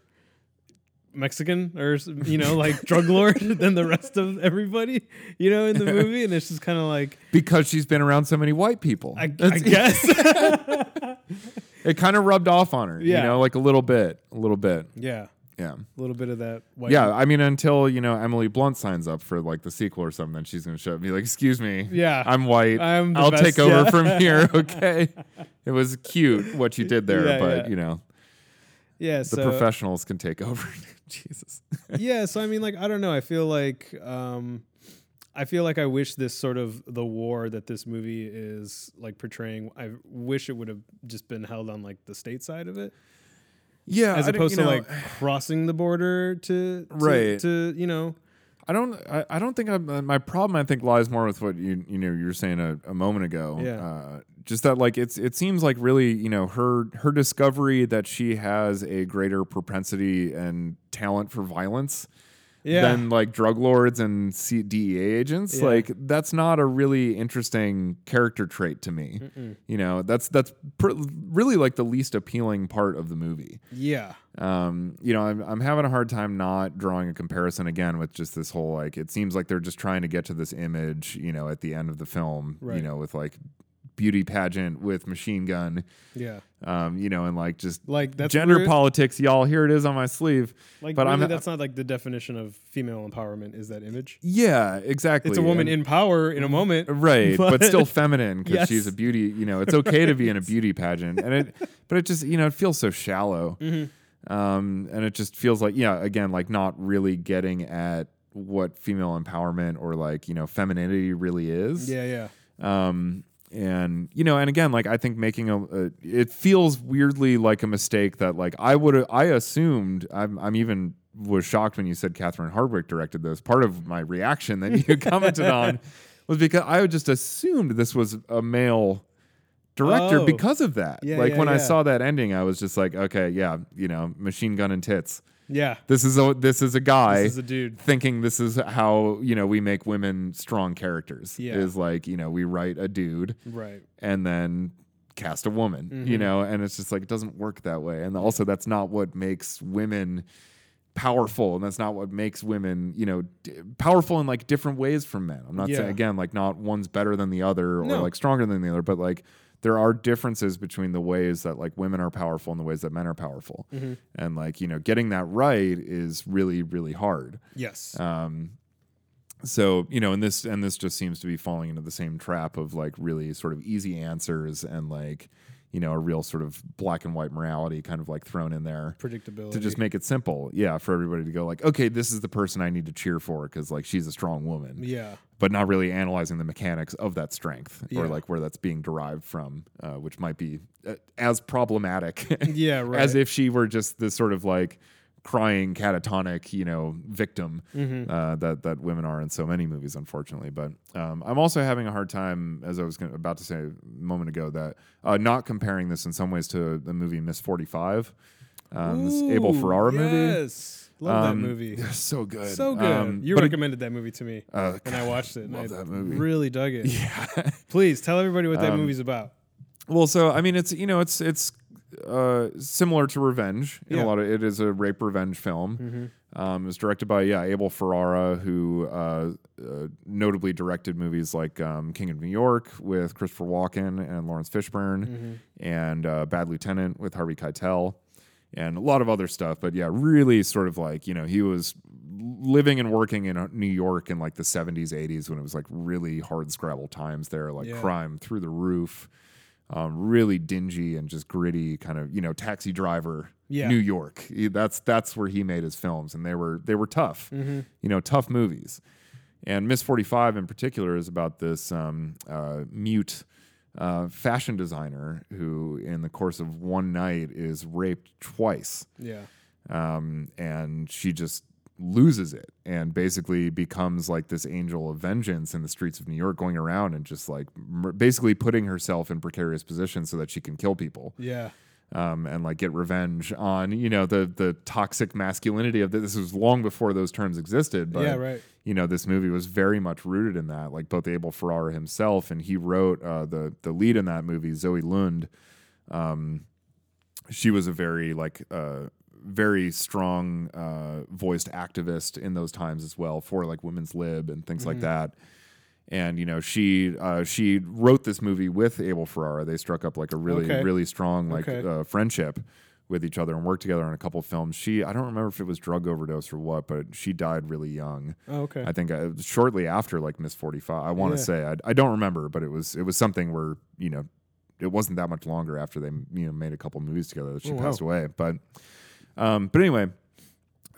Speaker 1: Mexican or s- you know like drug lord than the rest of everybody you know in the movie, and it's just kind of like
Speaker 2: because she's been around so many white people.
Speaker 1: I, I
Speaker 2: That's-
Speaker 1: guess
Speaker 2: it kind of rubbed off on her,
Speaker 1: Yeah.
Speaker 2: you know, like a little bit, a little bit.
Speaker 1: yeah,
Speaker 2: Yeah.
Speaker 1: a little bit of that white
Speaker 2: Yeah, I mean, until you know Emily Blunt signs up for like the sequel or something, then she's gonna show up and be like, "Excuse me,
Speaker 1: Yeah.
Speaker 2: I'm white.
Speaker 1: I'm the
Speaker 2: I'll
Speaker 1: best,
Speaker 2: take over
Speaker 1: yeah."
Speaker 2: from here." Okay, it was cute what you did there,
Speaker 1: Yeah,
Speaker 2: but
Speaker 1: yeah.
Speaker 2: you know
Speaker 1: yeah.
Speaker 2: the
Speaker 1: So
Speaker 2: professionals can take over. Jesus,
Speaker 1: yeah, so I mean, like, I don't know. I feel like, um, I feel like I wish this sort of the war that this movie is like portraying. I wish it would have just been held on like the state side of it,
Speaker 2: yeah,
Speaker 1: as
Speaker 2: Uh, I don't-
Speaker 1: opposed to
Speaker 2: you know,
Speaker 1: like crossing the border to, to
Speaker 2: Right.
Speaker 1: to you know
Speaker 2: I don't. I, I don't think I'm, uh, my problem. I think lies more with what you you know you were saying a, a moment ago.
Speaker 1: Yeah.
Speaker 2: Uh, just that like it's it seems like really you know her her discovery that she has a greater propensity and talent for violence
Speaker 1: yeah
Speaker 2: than like drug lords and C- DEA agents.
Speaker 1: Yeah.
Speaker 2: Like that's not a really interesting character trait to me. You know that's that's pr- really like the least appealing part of the movie
Speaker 1: yeah
Speaker 2: um, you know, I'm, I'm having a hard time not drawing a comparison again with just this whole like, it seems like they're just trying to get to this image, you know, at the end of the film, you
Speaker 1: Right.
Speaker 2: know, with like beauty pageant with machine gun,
Speaker 1: yeah
Speaker 2: um, you know, and like just
Speaker 1: like that's
Speaker 2: gender
Speaker 1: really-
Speaker 2: politics, y'all. Here it is on my sleeve.
Speaker 1: Like,
Speaker 2: but
Speaker 1: really,
Speaker 2: I'm-
Speaker 1: that's not like the definition of female empowerment. Is that image?
Speaker 2: Yeah, exactly.
Speaker 1: It's a woman
Speaker 2: And- Mm-hmm. Uh,
Speaker 1: in power in a moment,
Speaker 2: right but,
Speaker 1: but-
Speaker 2: still feminine because
Speaker 1: Yes.
Speaker 2: she's a beauty you know it's okay to be in a beauty pageant and it but it just you know it feels so shallow
Speaker 1: Mm-hmm.
Speaker 2: um and it just feels like yeah again like not really getting at what female empowerment or like you know femininity really is
Speaker 1: Yeah, yeah,
Speaker 2: um and you know and again like i think making a, a it feels weirdly like a mistake that like i would i assumed i'm, I'm even was shocked when you said Catherine Hardwick directed this. Part of my reaction that you commented on was because I just assumed this was a male director
Speaker 1: Oh.
Speaker 2: because of that.
Speaker 1: Yeah,
Speaker 2: like
Speaker 1: yeah,
Speaker 2: when I
Speaker 1: yeah.
Speaker 2: saw that ending, I was just like, okay, yeah, you know, machine gun and tits.
Speaker 1: yeah.
Speaker 2: This is a this is a guy
Speaker 1: This is a dude.
Speaker 2: thinking this is how you know we make women strong characters
Speaker 1: Yeah.
Speaker 2: is like you know we write a dude
Speaker 1: Right.
Speaker 2: and then cast a woman you
Speaker 1: Mm-hmm.
Speaker 2: know and it's just like it doesn't work that way and also that's not what makes women powerful and that's not what makes women you know d- powerful in like different ways from men i'm not saying
Speaker 1: Yeah.
Speaker 2: again like not one's better than the other or
Speaker 1: No.
Speaker 2: like stronger than the other but like there are differences between the ways that like women are powerful and the ways that men are powerful
Speaker 1: Mm-hmm.
Speaker 2: and like you know getting that right is really really hard
Speaker 1: Yes.
Speaker 2: um, so you know, and this and this just seems to be falling into the same trap of like really sort of easy answers and like you know a real sort of black and white morality kind of like thrown in there
Speaker 1: Predictability.
Speaker 2: to just make it simple. Yeah, for everybody to go like, okay, this is the person I need to cheer for because like she's a strong woman,
Speaker 1: yeah.
Speaker 2: but not really analyzing the mechanics of that strength or
Speaker 1: Yeah.
Speaker 2: like where that's being derived from, uh, which might be uh, as problematic
Speaker 1: Yeah, right.
Speaker 2: as if she were just this sort of like crying catatonic you know victim
Speaker 1: Mm-hmm.
Speaker 2: uh, that that women are in so many movies unfortunately but um, i'm also having a hard time as i was gonna, about to say a moment ago that uh, not comparing this in some ways to the movie miss 45 um, this abel
Speaker 1: Ooh,
Speaker 2: ferrara movie
Speaker 1: Yes. Love
Speaker 2: Um,
Speaker 1: that movie.
Speaker 2: so good
Speaker 1: So good.
Speaker 2: Um,
Speaker 1: you
Speaker 2: but it-
Speaker 1: recommended that movie to me
Speaker 2: uh,
Speaker 1: when I watched it. and
Speaker 2: love
Speaker 1: I
Speaker 2: that movie. Um,
Speaker 1: Really dug it. Please tell everybody what that movie's about.
Speaker 2: Well, so I mean, it's you know, it's it's uh, similar to Revenge in
Speaker 1: Yeah. Mm-hmm.
Speaker 2: a lot of. It is a rape revenge film. Um, it was directed by yeah Abel Ferrara, who uh, uh, notably directed movies like um, King of New York with Christopher Walken and Lawrence Fishburne,
Speaker 1: Mm-hmm.
Speaker 2: and uh, Bad Lieutenant with Harvey Keitel, and a lot of other stuff. But yeah, really sort of like you know he was living and working in uh, New York in like the 70s, 80s when it was like really hard scrabble times there, like
Speaker 1: Yeah.
Speaker 2: crime through the roof um, really dingy and just gritty kind of you know taxi driver
Speaker 1: Yeah.
Speaker 2: New York. He- That's that's where he made his films, and they were they were tough, you know, tough movies. And Miss Forty Five in particular is about this um, uh, mute. Uh, fashion designer who, in the course of one night, is raped twice
Speaker 1: Yeah.
Speaker 2: um, and she just loses it and basically becomes like this angel of vengeance in the streets of New York, going around and just like mur- basically putting herself in precarious positions so that she can kill people
Speaker 1: Yeah.
Speaker 2: um, and like get revenge on you know the the toxic masculinity of the, this was long before those terms existed, but
Speaker 1: Yeah, right.
Speaker 2: you know this movie was very much rooted in that. Like both Abel Ferrara himself and he wrote uh, the the lead in that movie, Zoe Lund. Um, she was a very like uh, very strong uh, voiced activist in those times as well for like women's lib and things
Speaker 1: Mm-hmm.
Speaker 2: like that. And you know she uh, she wrote this movie with Abel Ferrara. They struck up like a really
Speaker 1: Okay.
Speaker 2: really strong like
Speaker 1: Okay.
Speaker 2: uh, friendship with each other and worked together on a couple films. She I don't remember if it was drug overdose or what, but she died really young.
Speaker 1: Oh, okay.
Speaker 2: I think uh, shortly after like Miss 45. I want to
Speaker 1: Yeah.
Speaker 2: say I, I don't remember, but it was it was something where you know it wasn't that much longer after they you know made a couple movies together that she
Speaker 1: Oh, wow.
Speaker 2: passed away. But um, but anyway,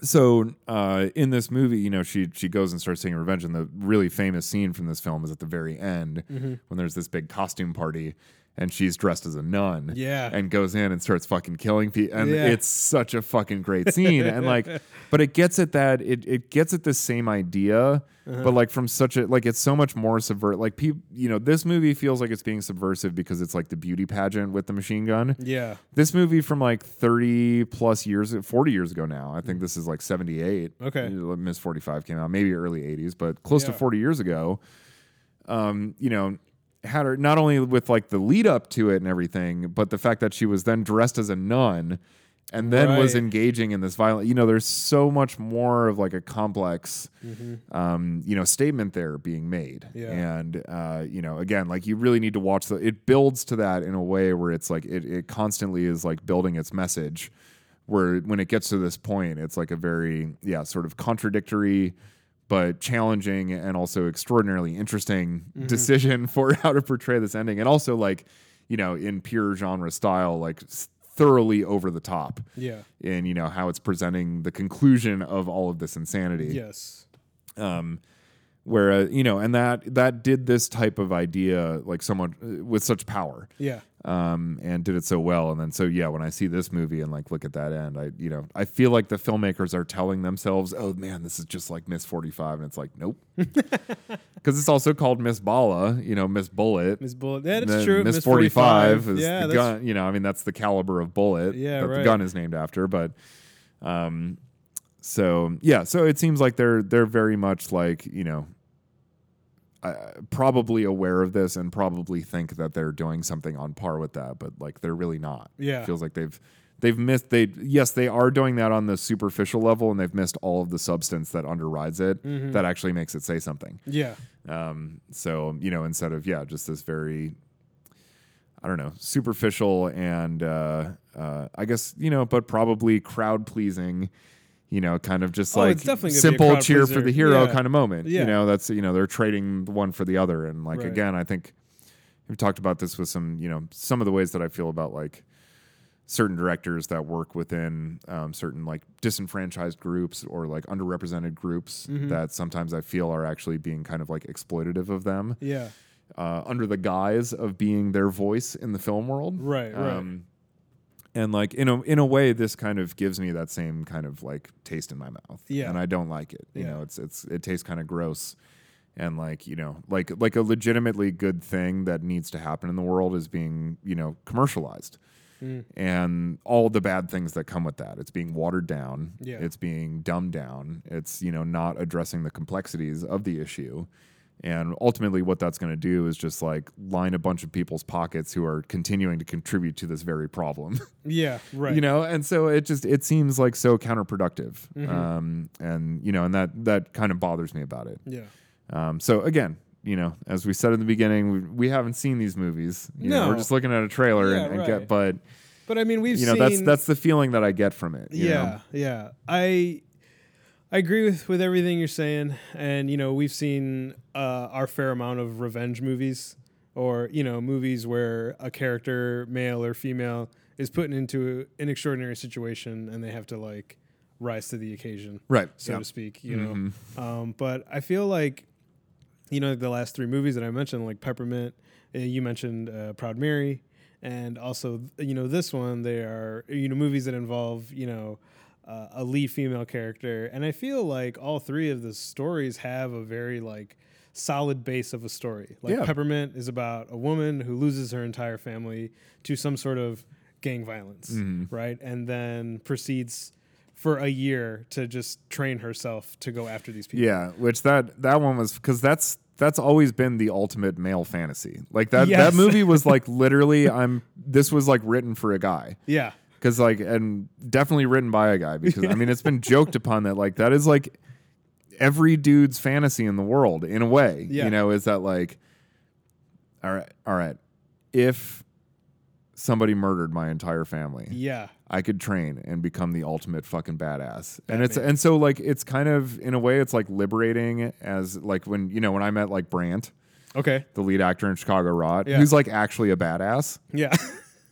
Speaker 2: so uh, in this movie, you know she she goes and starts taking revenge, and the really famous scene from this film is at the very end
Speaker 1: Mm-hmm.
Speaker 2: when there's this big costume party. And she's dressed as a nun,
Speaker 1: Yeah.
Speaker 2: and goes in and starts fucking killing people, and
Speaker 1: Yeah.
Speaker 2: it's such a fucking great scene, and like, but it gets at that, it it gets at the same idea,
Speaker 1: Uh-huh.
Speaker 2: but like from such a like it's so much more subvert. Like people, you know, this movie feels like it's being subversive because it's like the beauty pageant with the machine gun.
Speaker 1: yeah.
Speaker 2: This movie from like thirty plus years, forty years ago now. I think this is like seventy eight.
Speaker 1: Mm. Okay.
Speaker 2: Miss Forty Five came out maybe early eighties, but close to
Speaker 1: Yeah.
Speaker 2: forty years ago. Um, you know, had her not only with like the lead up to it and everything, but the fact that she was then dressed as a nun. And then was
Speaker 1: Right.
Speaker 2: engaging in this violent, you know, there's so much more of like a complex, um, you know, statement there being made.
Speaker 1: Yeah.
Speaker 2: And, uh, you know, again, like you really need to watch the, it builds to that in a way where it's like, it, it constantly is like building its message where when it gets to this point, it's like a very, yeah, sort of contradictory, but challenging and also extraordinarily interesting decision for how to portray this ending. And also like, you know, in pure genre style, like s- thoroughly over the top
Speaker 1: Yeah.
Speaker 2: in, you know, how it's presenting the conclusion of all of this insanity
Speaker 1: Yes.
Speaker 2: um where uh, you know and that that did this type of idea like someone uh, with such power
Speaker 1: Yeah.
Speaker 2: um and did it so well and then so yeah when i see this movie and like look at that end i you know i feel like the filmmakers are telling themselves oh man this is just like miss 45 and it's like nope because it's also called miss bala you know miss bullet
Speaker 1: Miss Bullet. That
Speaker 2: then
Speaker 1: is true.
Speaker 2: Miss 45 is
Speaker 1: yeah, that's-
Speaker 2: the gun. You know, I mean, that's the caliber of bullet
Speaker 1: Yeah,
Speaker 2: that the
Speaker 1: right.
Speaker 2: gun is named after. But, um, so yeah, so it seems like they're they're very much like you know, uh, probably aware of this and probably think that they're doing something on par with that, but like they're really not.
Speaker 1: Yeah.
Speaker 2: it feels like they've they've missed they yes they are doing that on the superficial level and they've missed all of the substance that underrides it
Speaker 1: Mm-hmm.
Speaker 2: that actually makes it say something.
Speaker 1: Yeah.
Speaker 2: Um, so you know, instead of yeah, just this very, I don't know, superficial and uh, uh, I guess you know, but probably crowd pleasing. You know, kind of just
Speaker 1: Oh,
Speaker 2: like
Speaker 1: it's definitely gonna be a
Speaker 2: simple
Speaker 1: crowd
Speaker 2: cheer for
Speaker 1: pleaser.
Speaker 2: the hero
Speaker 1: Yeah.
Speaker 2: kind of moment. You
Speaker 1: Yeah.
Speaker 2: know, that's you know they're trading the one for the other, and like
Speaker 1: Right.
Speaker 2: again, I think we've talked about this with some you know some of the ways that I feel about like certain directors that work within um, certain like disenfranchised groups or like underrepresented groups
Speaker 1: Mm-hmm.
Speaker 2: that sometimes I feel are actually being kind of like exploitative of them
Speaker 1: Yeah.
Speaker 2: uh, under the guise of being their voice in the film world.
Speaker 1: Right. Right.
Speaker 2: Um, and like in a in a way, this kind of gives me that same kind of like taste in my mouth.
Speaker 1: Yeah.
Speaker 2: and I don't like it. You
Speaker 1: Yeah.
Speaker 2: know, it's it's it tastes kind of gross. And like you know, like like a legitimately good thing that needs to happen in the world is being you know commercialized and all the bad things that come with that. It's being watered down.
Speaker 1: Yeah.
Speaker 2: It's being dumbed down. It's you know not addressing the complexities of the issue. And ultimately, what that's going to do is just like line a bunch of people's pockets who are continuing to contribute to this very problem,
Speaker 1: yeah. Right.
Speaker 2: you know. And so it just it seems like so counterproductive,
Speaker 1: Mm-hmm.
Speaker 2: um, and you know, and that that kind of bothers me about it.
Speaker 1: Yeah.
Speaker 2: Um, so again, you know, as we said in the beginning, we, we haven't seen these movies. You know, we're
Speaker 1: No.
Speaker 2: just looking at a trailer
Speaker 1: Yeah,
Speaker 2: and, and
Speaker 1: right.
Speaker 2: get, but
Speaker 1: But I mean, we've
Speaker 2: you know
Speaker 1: seen.
Speaker 2: that's that's the feeling that I get from it. you
Speaker 1: yeah
Speaker 2: know?
Speaker 1: yeah i i agree with with everything you're saying and you know we've seen uh our fair amount of revenge movies or you know movies where a character male or female is put into an extraordinary situation and they have to like rise to the occasion
Speaker 2: right.
Speaker 1: so
Speaker 2: yeah. Mm-hmm.
Speaker 1: to speak you know um but i feel like you know the last three movies that i mentioned like peppermint uh, you mentioned uh, proud mary and also you know this one they are you know movies that involve you know uh, a lead female character and i feel like all three of the stories have a very like solid base of a story like
Speaker 2: Yeah.
Speaker 1: peppermint is about a woman who loses her entire family to some sort of gang violence
Speaker 2: Mm-hmm.
Speaker 1: right and then proceeds for a year to just train herself to go after these people
Speaker 2: Yeah, which that that one was because that's that's always been the ultimate male fantasy. Like that
Speaker 1: Yes.
Speaker 2: that movie was like literally I'm this was like written for a guy.
Speaker 1: yeah
Speaker 2: because like and definitely written by a guy because I mean it's been joked upon that like that is like every dude's fantasy in the world in a way.
Speaker 1: Yeah.
Speaker 2: You know, is that like all right, all right. If somebody murdered my entire family,
Speaker 1: Yeah.
Speaker 2: I could train and become the ultimate fucking badass. And it's
Speaker 1: Batman.
Speaker 2: and so like it's kind of in a way it's like liberating as like when you know when I met like Brandt,
Speaker 1: Okay.
Speaker 2: the lead actor in Chicago Rot,
Speaker 1: Yeah.
Speaker 2: who's like actually a badass.
Speaker 1: Yeah.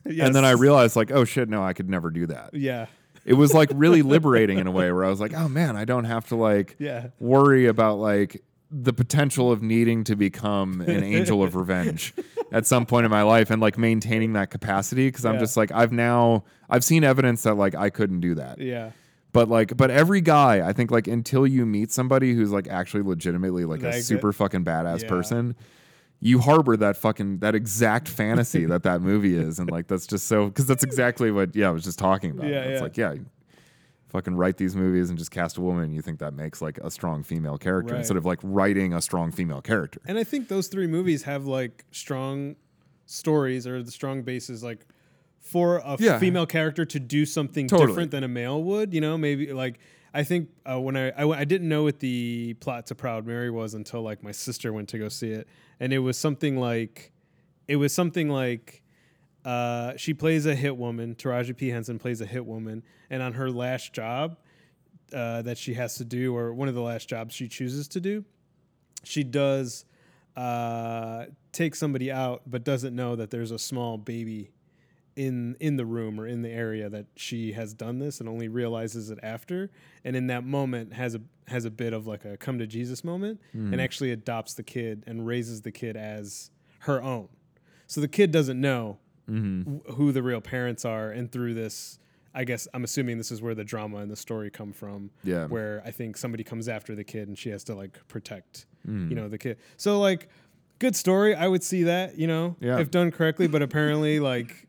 Speaker 1: Yes.
Speaker 2: And then I realized like oh shit no I could never do that.
Speaker 1: Yeah.
Speaker 2: It was like really liberating in a way where I was like oh man I don't have to like
Speaker 1: Yeah.
Speaker 2: worry about like the potential of needing to become an angel of revenge at some point in my life and like maintaining that capacity because I'm
Speaker 1: Yeah.
Speaker 2: just like I've now I've seen evidence that like I couldn't do that.
Speaker 1: Yeah.
Speaker 2: But like, but every guy, I think like until you meet somebody who's like actually legitimately like a
Speaker 1: Like it.
Speaker 2: super fucking badass
Speaker 1: Yeah.
Speaker 2: person, you harbor that fucking that exact fantasy that that movie is, and like that's just so because that's exactly what yeah I was just talking about.
Speaker 1: Yeah,
Speaker 2: it's
Speaker 1: yeah.
Speaker 2: like yeah, you fucking write these movies and just cast a woman. You think that makes like a strong female character
Speaker 1: Right.
Speaker 2: instead of like writing a strong female character.
Speaker 1: And I think those three movies have like strong stories or the strong bases like for a
Speaker 2: Yeah.
Speaker 1: female character to do something
Speaker 2: Totally.
Speaker 1: different than a male would, you know, maybe like I think uh, when I, I w- I didn't know what the plot to Proud Mary was until like my sister went to go see it and it was something like it was something like uh, she plays a hit woman. Taraji P Henson plays a hit woman, and on her last job uh, that she has to do, or one of the last jobs she chooses to do, she does uh, take somebody out, but doesn't know that there's a small baby in in the room or in the area that she has done this, and only realizes it after. And in that moment, has a has a bit of like a come to Jesus moment, and actually adopts the kid and raises the kid as her own. So the kid doesn't know wh- who the real parents are, and through this. I guess I'm assuming this is where the drama and the story come from
Speaker 2: Yeah.
Speaker 1: where I think somebody comes after the kid and she has to like protect,
Speaker 2: Hmm.
Speaker 1: you know, the kid. So like, good story. I would see that, you know,
Speaker 2: Yeah.
Speaker 1: if done correctly. But apparently, like,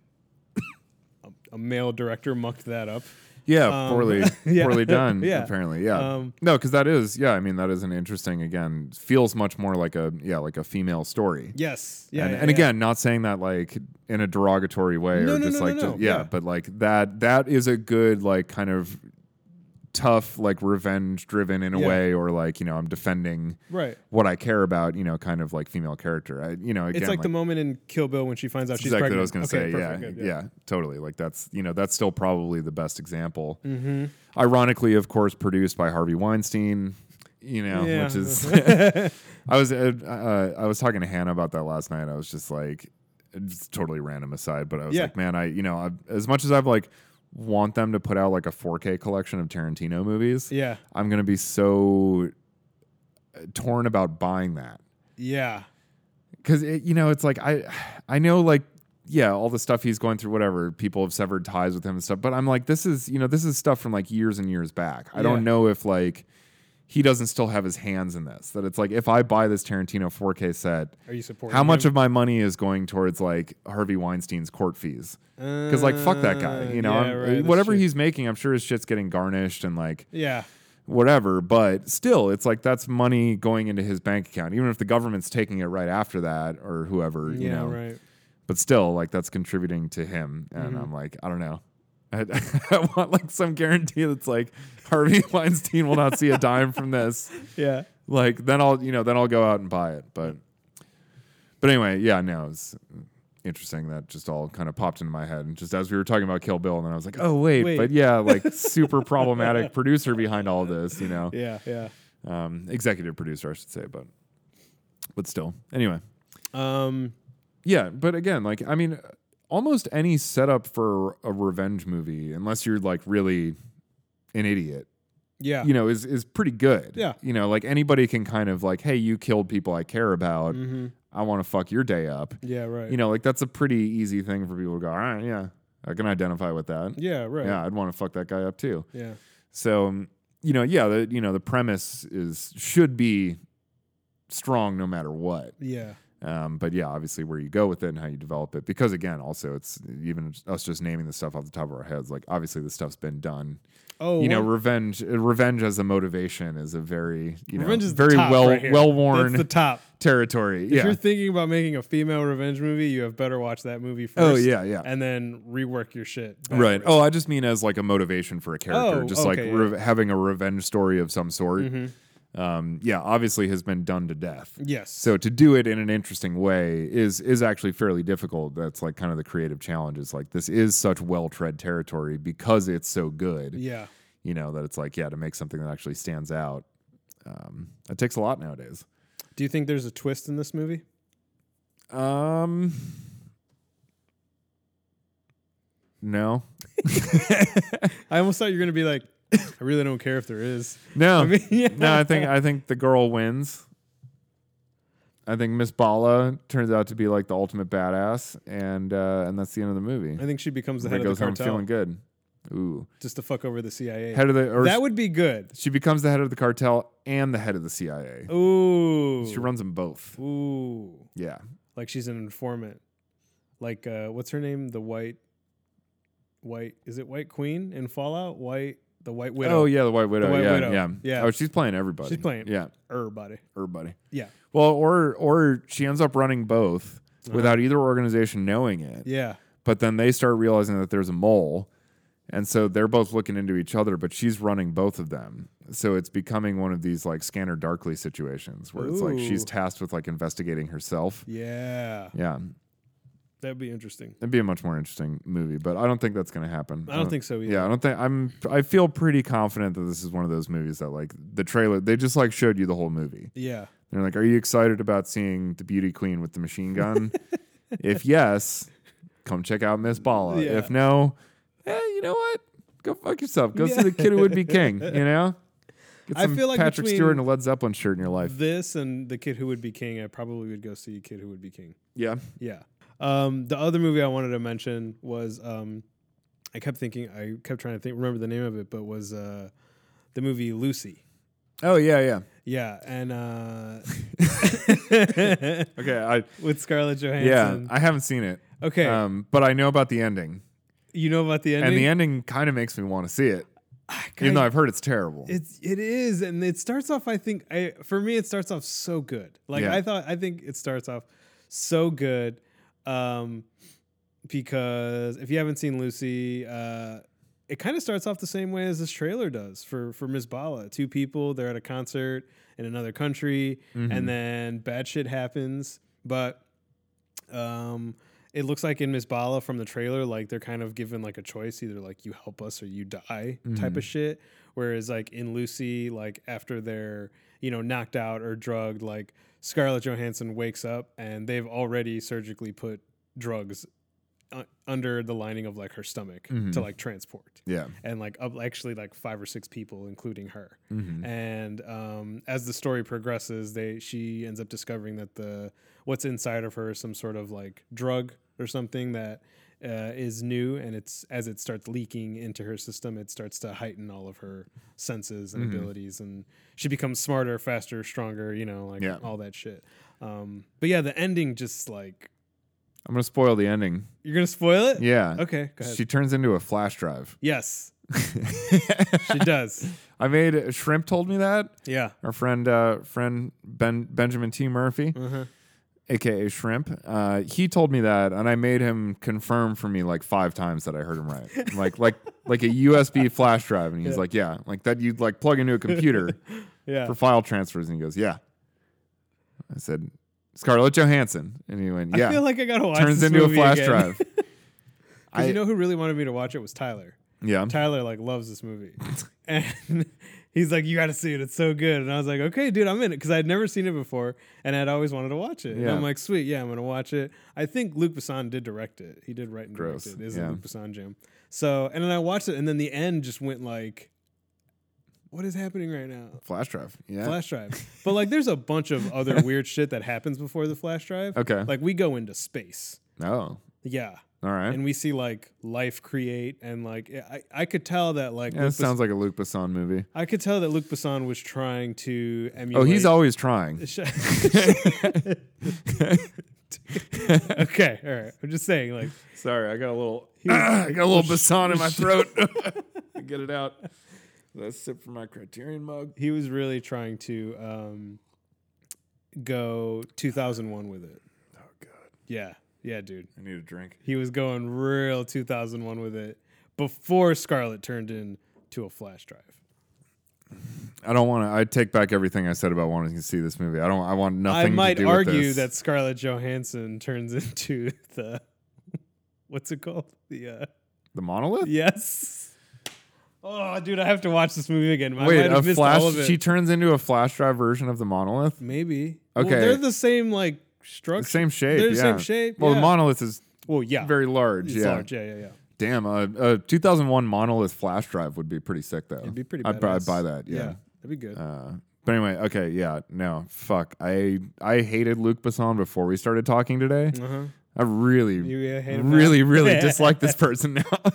Speaker 1: a, a male director mucked that up.
Speaker 2: Yeah, poorly,
Speaker 1: Um, yeah.
Speaker 2: poorly done.
Speaker 1: Yeah.
Speaker 2: apparently. Yeah,
Speaker 1: Um,
Speaker 2: no, because that is yeah. I mean, that is an interesting. Again, feels much more like a yeah, like a female story.
Speaker 1: Yes. Yeah.
Speaker 2: and,
Speaker 1: yeah,
Speaker 2: and
Speaker 1: yeah.
Speaker 2: again, not saying that like in a derogatory way
Speaker 1: No,
Speaker 2: or
Speaker 1: no,
Speaker 2: just
Speaker 1: no, no,
Speaker 2: like
Speaker 1: no.
Speaker 2: ju- yeah,
Speaker 1: Yeah.
Speaker 2: but like that that is a good like kind of tough like revenge driven in a
Speaker 1: Yeah.
Speaker 2: way or like you know I'm defending
Speaker 1: right.
Speaker 2: what I care about you know kind of like female character I, you know again
Speaker 1: It's like, the moment in Kill Bill when she finds out
Speaker 2: that's
Speaker 1: she's
Speaker 2: exactly
Speaker 1: pregnant.
Speaker 2: what I was gonna
Speaker 1: Okay,
Speaker 2: say
Speaker 1: perfect,
Speaker 2: yeah,
Speaker 1: good,
Speaker 2: yeah totally like that's you know that's still probably the best example ironically of course produced by Harvey Weinstein you know
Speaker 1: Yeah.
Speaker 2: which is I was uh, uh, I was talking to Hannah about that last night. I was just like, it's totally random aside, but I was
Speaker 1: Yeah.
Speaker 2: like, man, I you know, I, as much as I've like want them to put out like a 4K collection of Tarantino movies,
Speaker 1: yeah.
Speaker 2: I'm gonna be so torn about buying that
Speaker 1: Yeah.
Speaker 2: because you know it's like I I know like yeah all the stuff he's going through whatever people have severed ties with him and stuff but I'm like this is you know this is stuff from like years and years back I
Speaker 1: Yeah.
Speaker 2: don't know if like he doesn't still have his hands in this that it's like if I buy this Tarantino 4K set
Speaker 1: Are you supporting?
Speaker 2: how much
Speaker 1: him?
Speaker 2: of my money is going towards like Harvey Weinstein's court fees because like fuck that guy
Speaker 1: Uh,
Speaker 2: you know
Speaker 1: yeah,
Speaker 2: I'm-
Speaker 1: right, that's
Speaker 2: whatever
Speaker 1: true.
Speaker 2: he's making I'm sure his shit's getting garnished and like
Speaker 1: Yeah.
Speaker 2: whatever but still it's like that's money going into his bank account even if the government's taking it right after that or whoever you
Speaker 1: yeah.
Speaker 2: know
Speaker 1: Right. Mm-hmm.
Speaker 2: but still like that's contributing to him and i'm like i don't know I, I want like some guarantee that's like harvey weinstein will not see a dime from this
Speaker 1: Yeah.
Speaker 2: like then i'll you know then i'll go out and buy it but but anyway yeah no it's interesting that just all kind of popped into my head and just as we were talking about kill bill and then i was like oh wait,
Speaker 1: Wait.
Speaker 2: but yeah like super problematic producer behind all this you know
Speaker 1: Yeah. Yeah.
Speaker 2: um, executive producer, I should say, but but still. Anyway,
Speaker 1: Um.
Speaker 2: yeah, but again, like I mean, almost any setup for a revenge movie, unless you're like really an idiot,
Speaker 1: Yeah.
Speaker 2: you know, is is pretty good.
Speaker 1: Yeah.
Speaker 2: you know, like anybody can kind of like, hey, you killed people I care about. I want to fuck your day up.
Speaker 1: yeah. Mm-hmm. Right.
Speaker 2: You know, like that's a pretty easy thing for people to go. All right, yeah, I can identify with that.
Speaker 1: yeah. Right.
Speaker 2: Yeah, I'd want to fuck that guy up too.
Speaker 1: Yeah.
Speaker 2: So um, you know, yeah, the you know the premise is should be strong no matter what.
Speaker 1: Yeah.
Speaker 2: Um, but yeah, obviously where you go with it and how you develop it, because again, also it's even us just naming the stuff off the top of our heads. Like obviously this stuff's been done.
Speaker 1: Oh,
Speaker 2: you know,
Speaker 1: one-
Speaker 2: revenge, uh, revenge as a motivation is a very you know
Speaker 1: Revenge is the
Speaker 2: very
Speaker 1: top
Speaker 2: well
Speaker 1: right here.
Speaker 2: well worn
Speaker 1: that's the top.
Speaker 2: territory.
Speaker 1: If
Speaker 2: Yeah.
Speaker 1: you're thinking about making a female revenge movie, you have better watch that movie first.
Speaker 2: Oh yeah, yeah.
Speaker 1: and then rework your shit.
Speaker 2: Right.
Speaker 1: backwards.
Speaker 2: Oh, I just mean as like a motivation for a character,
Speaker 1: Oh,
Speaker 2: just
Speaker 1: okay, Mm-hmm.
Speaker 2: like re- having a revenge story of some sort. Um, yeah, obviously has been done to death.
Speaker 1: yes.
Speaker 2: So to do it in an interesting way is is actually fairly difficult. That's like kind of the creative challenge. Is like this is such well tread territory because it's so good.
Speaker 1: yeah,
Speaker 2: You know that it's like yeah to make something that actually stands out. Um, it takes a lot nowadays.
Speaker 1: do you think there's a twist in this movie?
Speaker 2: Um, no,
Speaker 1: I almost thought you were gonna be like, I really don't care if there is.
Speaker 2: no.
Speaker 1: I mean, yeah.
Speaker 2: no, I think I think the girl wins. I think Miss Bala turns out to be like the ultimate badass, and uh, and that's the end of the movie.
Speaker 1: I think she becomes the head
Speaker 2: Everybody
Speaker 1: of
Speaker 2: goes
Speaker 1: the
Speaker 2: home
Speaker 1: cartel
Speaker 2: feeling good. Ooh,
Speaker 1: just to fuck over the CIA.
Speaker 2: head of the or
Speaker 1: that would be good.
Speaker 2: she becomes the head of the cartel and the head of the CIA.
Speaker 1: Ooh,
Speaker 2: She runs them both.
Speaker 1: ooh,
Speaker 2: Yeah,
Speaker 1: like she's an informant. Like uh, what's her name? The white, white is it White Queen in Fallout? White the White Widow.
Speaker 2: Oh yeah, the White Widow.
Speaker 1: White
Speaker 2: yeah,
Speaker 1: Widow.
Speaker 2: yeah,
Speaker 1: Yeah.
Speaker 2: Oh, she's playing everybody.
Speaker 1: She's playing-
Speaker 2: Yeah,
Speaker 1: everybody.
Speaker 2: everybody.
Speaker 1: Yeah,
Speaker 2: Well, or or she ends up running both without either organization knowing it.
Speaker 1: Uh-huh. yeah.
Speaker 2: But then they start realizing that there's a mole. And so they're both looking into each other, but she's running both of them. So it's becoming one of these like Scanner Darkly situations where it's like she's
Speaker 1: Ooh.
Speaker 2: tasked with like investigating herself.
Speaker 1: Yeah,
Speaker 2: Yeah.
Speaker 1: that'd be interesting.
Speaker 2: It'd be a much more interesting movie, but I don't think that's going to happen.
Speaker 1: I don't think so either.
Speaker 2: Uh, Yeah, I don't think I'm I feel pretty confident that this is one of those movies that like the trailer they just like showed you the whole movie.
Speaker 1: Yeah,
Speaker 2: They're like, "Are you excited about seeing the beauty queen with the machine gun?" if yes, come check out Miss Bala.
Speaker 1: Yeah.
Speaker 2: If no, eh, you know what? Go fuck yourself. Go see the kid who would be king. You know, get
Speaker 1: I feel like
Speaker 2: Patrick
Speaker 1: between-
Speaker 2: Stewart and a Led Zeppelin shirt in your life.
Speaker 1: this and the Kid Who Would Be King. I probably would go see Kid Who Would Be King.
Speaker 2: Yeah,
Speaker 1: Yeah. Um, the other movie I wanted to mention was um, I kept thinking I kept trying to think remember the name of it, but was uh, the movie Lucy.
Speaker 2: Oh yeah, yeah.
Speaker 1: Yeah, and uh,
Speaker 2: Okay, I
Speaker 1: with Scarlett
Speaker 2: yeah,
Speaker 1: Johansson.
Speaker 2: I haven't seen it.
Speaker 1: okay,
Speaker 2: Um, but I know about the ending,
Speaker 1: you know about the ending.
Speaker 2: and the ending kind of makes me want to see it,
Speaker 1: Ah,
Speaker 2: even though
Speaker 1: guys,
Speaker 2: I've heard it's terrible.
Speaker 1: it's it is, and it starts off. I think I for me it starts off so good. Like
Speaker 2: Yeah.
Speaker 1: I thought, I think it starts off so good. Um, because if you haven't seen Lucy, uh, it kind of starts off the same way as this trailer does for for Ms. Bala. Two people, they're at a concert in another country,
Speaker 2: Mm-hmm.
Speaker 1: and then bad shit happens. But um, it looks like in Ms. Bala from the trailer, like they're kind of given like a choice, either like you help us or you die type of shit. Whereas like in Lucy, like after they're you know knocked out or drugged, like Scarlett Johansson wakes up and they've already surgically put drugs uh, under the lining of like her stomach to like transport
Speaker 2: yeah,
Speaker 1: and like up actually like five or six people including her
Speaker 2: Mm-hmm.
Speaker 1: and um, as the story progresses they she ends up discovering that the what's inside of her is some sort of like drug or something that uh, is new and it's as it starts leaking into her system it starts to heighten all of her senses
Speaker 2: Mm-hmm.
Speaker 1: and abilities and she becomes smarter faster stronger you know like
Speaker 2: Yeah.
Speaker 1: all that shit um, but yeah the ending just like
Speaker 2: I'm gonna spoil the ending.
Speaker 1: you're gonna spoil it
Speaker 2: Yeah,
Speaker 1: okay go ahead
Speaker 2: she turns into a flash drive.
Speaker 1: yes she does
Speaker 2: I made uh, shrimp told me that.
Speaker 1: yeah
Speaker 2: Our friend, uh, friend Ben Benjamin T Murphy,
Speaker 1: Uh-huh.
Speaker 2: aka Shrimp, uh, he told me that, and I made him confirm for me like five times that I heard him right, like like like a USB flash drive, and he's like, yeah, like that you'd like plug into a computer
Speaker 1: yeah
Speaker 2: for file transfers, and he goes, yeah. I said, Scarlett Johansson, and he went, yeah.
Speaker 1: I feel like I gotta watch.
Speaker 2: Turns
Speaker 1: this
Speaker 2: into a
Speaker 1: movie
Speaker 2: flash
Speaker 1: again.
Speaker 2: drive.
Speaker 1: 'Cause
Speaker 2: I-
Speaker 1: you know who really wanted me to watch it was Tyler.
Speaker 2: yeah.
Speaker 1: Tyler like loves this movie, and he's like, "You gotta see it. It's so good." And I was like, "Okay, dude, I'm in it," because I'd never seen it before, and I'd always wanted to watch it. And
Speaker 2: Yeah.
Speaker 1: I'm like, "Sweet, yeah, I'm gonna watch it." I think Luc Besson did direct it. He did write and
Speaker 2: Gross,
Speaker 1: direct it. Is a
Speaker 2: yeah.
Speaker 1: Luc Besson jam. So, and then I watched it, and then the end just went like, "What is happening right now?"
Speaker 2: Flash drive. Yeah.
Speaker 1: flash drive. But like, there's a bunch of other weird shit that happens before the flash drive.
Speaker 2: Okay.
Speaker 1: Like we go into space.
Speaker 2: oh.
Speaker 1: Yeah.
Speaker 2: All right.
Speaker 1: and we see like life create and like I, I could tell that like
Speaker 2: yeah,
Speaker 1: Luc
Speaker 2: it
Speaker 1: Bess-
Speaker 2: sounds like a Luc Besson movie.
Speaker 1: I could tell that Luke Besson was trying to emulate.
Speaker 2: Oh, he's always trying.
Speaker 1: okay, all right. I'm just saying, like,
Speaker 2: Sorry, I got a little, I got a little Besson in my throat. Get it out. Let's sip from my Criterion mug.
Speaker 1: he was really trying to um, go 2001 with it.
Speaker 2: Oh God,
Speaker 1: Yeah, yeah, dude.
Speaker 2: I need a drink.
Speaker 1: He was going real 2001 with it before Scarlet turned into a flash drive.
Speaker 2: I don't want to. I take back everything I said about wanting to see this movie. I don't. I want nothing.
Speaker 1: I might
Speaker 2: to do with
Speaker 1: argue
Speaker 2: this.
Speaker 1: that Scarlett Johansson turns into the what's it called? The uh,
Speaker 2: the monolith.
Speaker 1: yes. Oh, dude, I have to watch this movie again. I
Speaker 2: Wait,
Speaker 1: might have
Speaker 2: a
Speaker 1: missed
Speaker 2: flash.
Speaker 1: all of it.
Speaker 2: She turns into a flash drive version of the monolith.
Speaker 1: Maybe.
Speaker 2: Okay.
Speaker 1: well, they're the same like structure.
Speaker 2: The same shape.
Speaker 1: They're the
Speaker 2: yeah.
Speaker 1: same shape,
Speaker 2: Well, the
Speaker 1: yeah.
Speaker 2: monolith is
Speaker 1: well, yeah,
Speaker 2: very large.
Speaker 1: it's
Speaker 2: yeah.
Speaker 1: large. Yeah, yeah, yeah.
Speaker 2: Damn. A, a 2001 monolith flash drive would be pretty sick, though.
Speaker 1: It'd be pretty.
Speaker 2: I'd, bu- I'd
Speaker 1: badass.
Speaker 2: buy that. yeah.
Speaker 1: that'd be good.
Speaker 2: Uh, but anyway, okay, yeah, no, fuck. I I hated Luc Besson before we started talking today.
Speaker 1: Uh-huh.
Speaker 2: I really,
Speaker 1: You uh, hate him now?
Speaker 2: really, really dislike this person now. uh,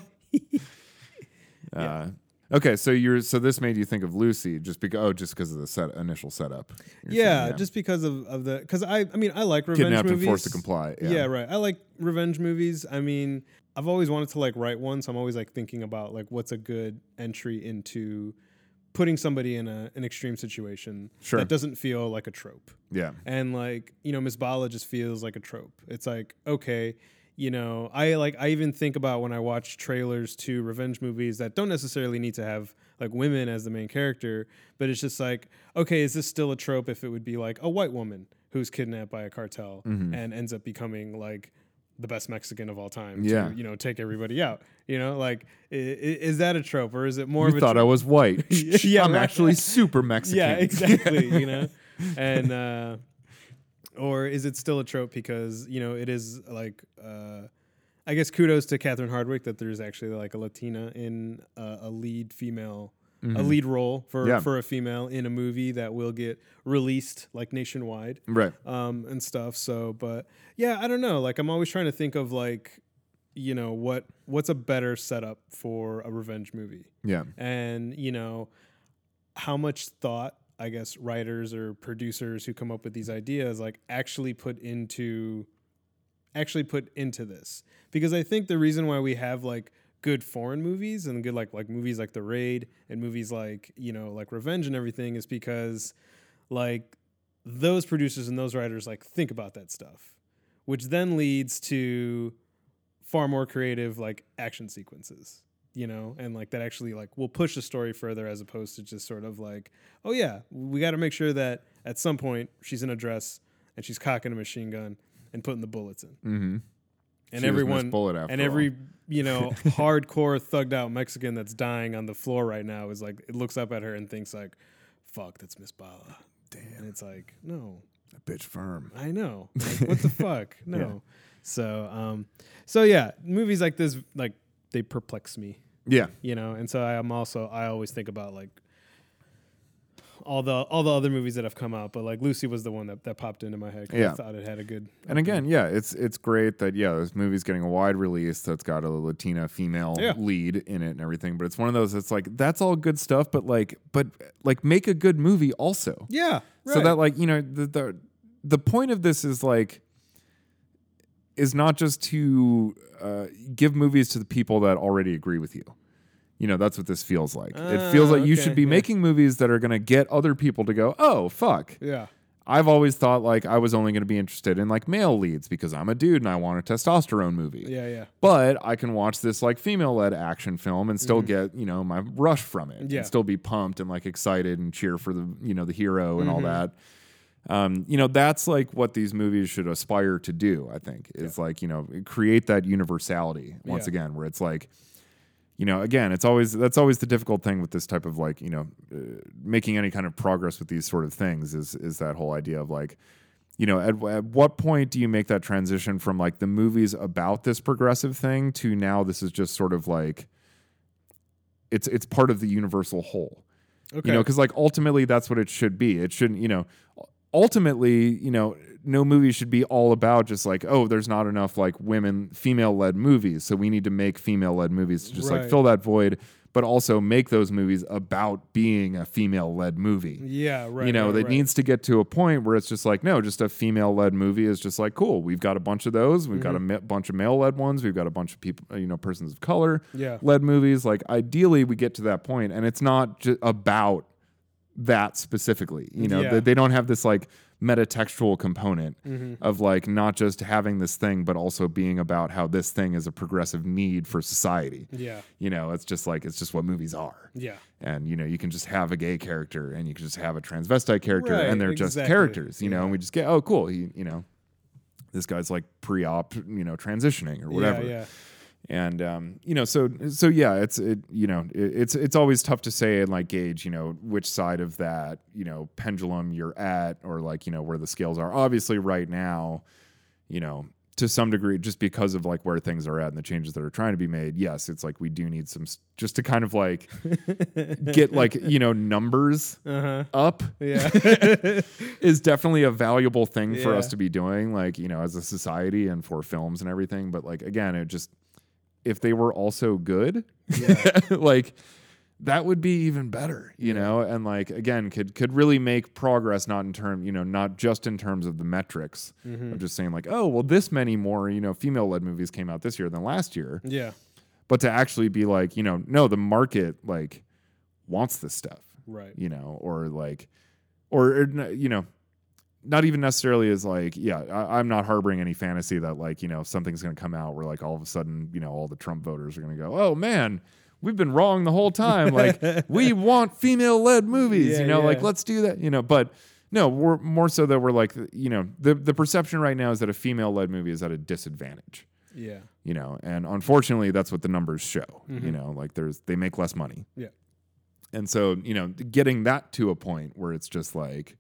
Speaker 2: Okay, so you're so this made you think of Lucy just because oh just because of the set initial setup. You're saying,
Speaker 1: Yeah, just because of, of the because I I mean I like revenge
Speaker 2: kidnapped
Speaker 1: movies.
Speaker 2: and forced to comply. Yeah,
Speaker 1: Yeah. right. I like revenge movies. I mean, I've always wanted to like write one, so I'm always like thinking about like what's a good entry into putting somebody in a, an extreme situation
Speaker 2: Sure.
Speaker 1: that doesn't feel like a trope.
Speaker 2: yeah,
Speaker 1: And like, you know, Miss Bala just feels like a trope. It's like, okay, you know, I like I even think about when I watch trailers to revenge movies that don't necessarily need to have like women as the main character, but it's just like, okay, is this still a trope if it would be like a white woman who's kidnapped by a cartel
Speaker 2: Mm-hmm.
Speaker 1: and ends up becoming like the best Mexican of all time
Speaker 2: Yeah.
Speaker 1: to, you know, take everybody out. You know, like i- i- is that a trope or is it more
Speaker 2: you
Speaker 1: of a
Speaker 2: thought I was white.
Speaker 1: Yeah,
Speaker 2: I'm
Speaker 1: right.
Speaker 2: actually super Mexican.
Speaker 1: yeah, exactly. you know, and uh, or is it still a trope because you know it is like uh, I guess kudos to Catherine Hardwick that there's actually like a Latina in uh, a lead female.
Speaker 2: Mm-hmm.
Speaker 1: A lead role for,
Speaker 2: Yeah.
Speaker 1: for a female in a movie that will get released like nationwide
Speaker 2: Right.
Speaker 1: um, and stuff. So, but yeah, I don't know. Like, I'm always trying to think of like, you know, what what's a better setup for a revenge movie
Speaker 2: Yeah.
Speaker 1: and you know how much thought i guess writers or producers who come up with these ideas like actually put into actually put into this because i think the reason why we have like good foreign movies and good like like movies like the raid and movies like you know like revenge and everything is because like those producers and those writers like think about that stuff which then leads to far more creative like action sequences you know and like that actually like will push the story further as opposed to just sort of like oh yeah we got to make sure that at some point she's in a dress and she's cocking a machine gun and putting the bullets in
Speaker 2: Mm-hmm.
Speaker 1: and everyone
Speaker 2: bullet after
Speaker 1: and
Speaker 2: all.
Speaker 1: every you know hardcore thugged out mexican that's dying on the floor right now is like it looks up at her and thinks like fuck that's miss bala
Speaker 2: damn
Speaker 1: and it's like no
Speaker 2: that bitch firm.
Speaker 1: I know. Like, what the fuck? No. So, um, so yeah, movies like this, like they perplex me,
Speaker 2: Yeah.
Speaker 1: you know. And so I'm also I always think about like all the all the other movies that have come out, but like Lucy was the one that, that popped into my head. 'cause
Speaker 2: Yeah.
Speaker 1: I thought it had a good.
Speaker 2: And again, yeah, it's it's great that yeah, this movie's getting a wide release that's got a Latina female
Speaker 1: Yeah.
Speaker 2: lead in it and everything. But it's one of those that's like that's all good stuff, but like but like make a good movie also.
Speaker 1: Yeah. Right.
Speaker 2: So that like you know the, the the point of this is like is not just to uh, give movies to the people that already agree with you. You know that's what this feels like. it feels
Speaker 1: Ah,
Speaker 2: like you
Speaker 1: okay,
Speaker 2: should be
Speaker 1: yeah.
Speaker 2: making movies that are going to get other people to go, oh fuck,
Speaker 1: yeah.
Speaker 2: I've always thought like I was only going to be interested in like male leads because I'm a dude and I want a testosterone movie.
Speaker 1: Yeah. Yeah.
Speaker 2: But I can watch this like female led action film and still get, you know, my rush from it
Speaker 1: Mm-hmm. Yeah.
Speaker 2: and still be pumped and like excited and cheer for the, you know, the hero and all
Speaker 1: Mm-hmm.
Speaker 2: that. Um, you know, that's like what these movies should aspire to do, I think, is like, you know, create that universality once
Speaker 1: Yeah.
Speaker 2: again, where it's like, you know, again, it's always that's always the difficult thing with this type of like, you know, uh, making any kind of progress with these sort of things is is that whole idea of like, you know, at, at what point do you make that transition from like the movies about this progressive thing to now this is just sort of like it's it's part of the universal whole.
Speaker 1: Okay.
Speaker 2: You know, because like ultimately that's what it should be. It shouldn't, you know, ultimately, you know, no movie should be all about just like, oh, there's not enough like women, female led movies. So we need to make female led movies to just like
Speaker 1: Right.
Speaker 2: fill that void, but also make those movies about being a female led movie.
Speaker 1: Yeah, right.
Speaker 2: you know,
Speaker 1: right,
Speaker 2: that
Speaker 1: right.
Speaker 2: needs to get to a point where it's just like, no, just a female led movie is just like, cool, we've got a bunch of those. We've
Speaker 1: Mm-hmm.
Speaker 2: got a ma- bunch of male led ones. We've got a bunch of people, you know, persons of color
Speaker 1: Yeah.
Speaker 2: led movies. Like, ideally, we get to that point, and it's not just about that specifically. You know,
Speaker 1: Yeah.
Speaker 2: that they don't have this like metatextual component
Speaker 1: Mm-hmm.
Speaker 2: of like not just having this thing, but also being about how this thing is a progressive need for society.
Speaker 1: Yeah.
Speaker 2: You know, it's just like, it's just what movies are
Speaker 1: Yeah.
Speaker 2: and you know you can just have a gay character and you can just have a transvestite character
Speaker 1: Right,
Speaker 2: and they're just
Speaker 1: exactly.
Speaker 2: characters you know and we just get oh cool he, you know this guy's like pre-op you know transitioning or whatever
Speaker 1: Yeah. yeah.
Speaker 2: and um, you know so so yeah it's it you know it, it's it's always tough to say and like gauge you know which side of that you know pendulum you're at or like you know where the scales are obviously right now you know to some degree just because of like where things are at and the changes that are trying to be made yes it's like we do need some s- just to kind of like get like you know numbers
Speaker 1: Uh-huh.
Speaker 2: up
Speaker 1: Yeah.
Speaker 2: is definitely a valuable thing for
Speaker 1: Yeah.
Speaker 2: us to be doing, like, you know, as a society and for films and everything. But like again, it just if they were also good, like that would be even better, you know? And like again, could could really make progress not in term, you know, not just in terms of the metrics
Speaker 1: Mm-hmm. Hmm.
Speaker 2: of just saying like, oh, well, this many more, you know, female led movies came out this year than last year.
Speaker 1: yeah.
Speaker 2: But to actually be like, you know, no, the market like wants this stuff
Speaker 1: Right.
Speaker 2: you know, or like, or, or n- you know, not even necessarily as like, yeah, I, I'm not harboring any fantasy that like, you know, something's going to come out where like all of a sudden, you know, all the Trump voters are going to go, oh man, we've been wrong the whole time. Like, we want female led movies, you
Speaker 1: Yeah,
Speaker 2: know, like
Speaker 1: yeah.
Speaker 2: let's do that, you know, but. No, we're more so that we're like, you know, the, the perception right now is that a female led movie is at a disadvantage,
Speaker 1: Yeah.
Speaker 2: you know, and unfortunately that's what the numbers show, you know, like there's, they make less money.
Speaker 1: Yeah.
Speaker 2: And so, you know, getting that to a point where it's just like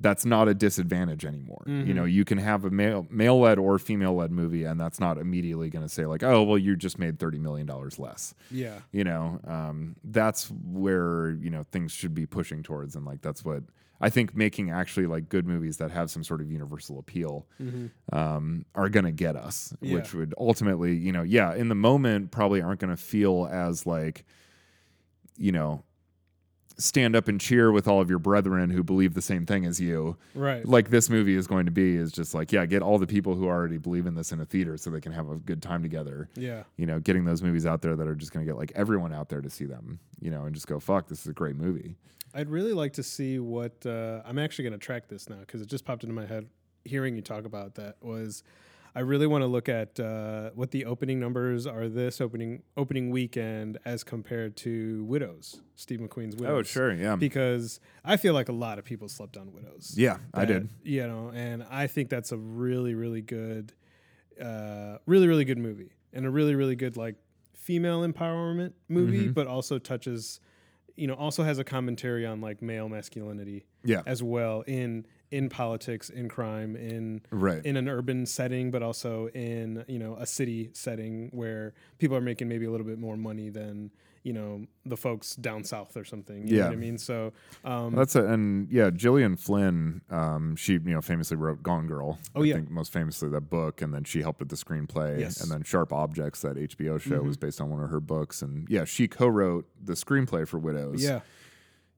Speaker 2: that's not a disadvantage anymore. You know, you can have a male male led or female led movie and that's not immediately going to say like, "Oh, well you just made 30 million dollars less."
Speaker 1: Yeah.
Speaker 2: You know, um that's where, you know, things should be pushing towards and like that's what I think making actually like good movies that have some sort of universal appeal um, are going to get us,
Speaker 1: Yeah.
Speaker 2: which would ultimately, you know, yeah, in the moment probably aren't going to feel as like you know, stand up and cheer with all of your brethren who believe the same thing as you.
Speaker 1: Right.
Speaker 2: Like this movie is going to be is just like, yeah, get all the people who already believe in this in a theater so they can have a good time together.
Speaker 1: Yeah.
Speaker 2: You know, getting those movies out there that are just going to get like everyone out there to see them, you know, and just go, fuck, this is a great movie.
Speaker 1: I'd really like to see what uh, I'm actually going to track this now because it just popped into my head. Hearing you talk about that was, I really want to look at uh, what the opening numbers are this opening opening weekend as compared to Widows, Steve McQueen's Widows.
Speaker 2: Yeah.
Speaker 1: Because I feel like a lot of people slept on Widows.
Speaker 2: yeah, I
Speaker 1: that,
Speaker 2: did.
Speaker 1: You know, and I think that's a really, really good, uh, really, really good movie and a really, really good like female empowerment movie,
Speaker 2: Mm-hmm.
Speaker 1: but also touches, you know, also has a commentary on like male masculinity
Speaker 2: Yeah.
Speaker 1: as well in in politics, in crime, in
Speaker 2: Right.
Speaker 1: in an urban setting, but also in you know a city setting where people are making maybe a little bit more money than you know the folks down south or something. You know
Speaker 2: Yeah.
Speaker 1: what I mean. So um,
Speaker 2: That's it. And yeah, Gillian Flynn, um, she, you know, famously wrote Gone Girl.
Speaker 1: Oh,
Speaker 2: I
Speaker 1: yeah.
Speaker 2: think most famously that book. And then she helped with the screenplay.
Speaker 1: Yes. Mm-hmm.
Speaker 2: And then Sharp Objects, that HBO show, was based on one of her books. And yeah, she co wrote the screenplay for Widows.
Speaker 1: yeah,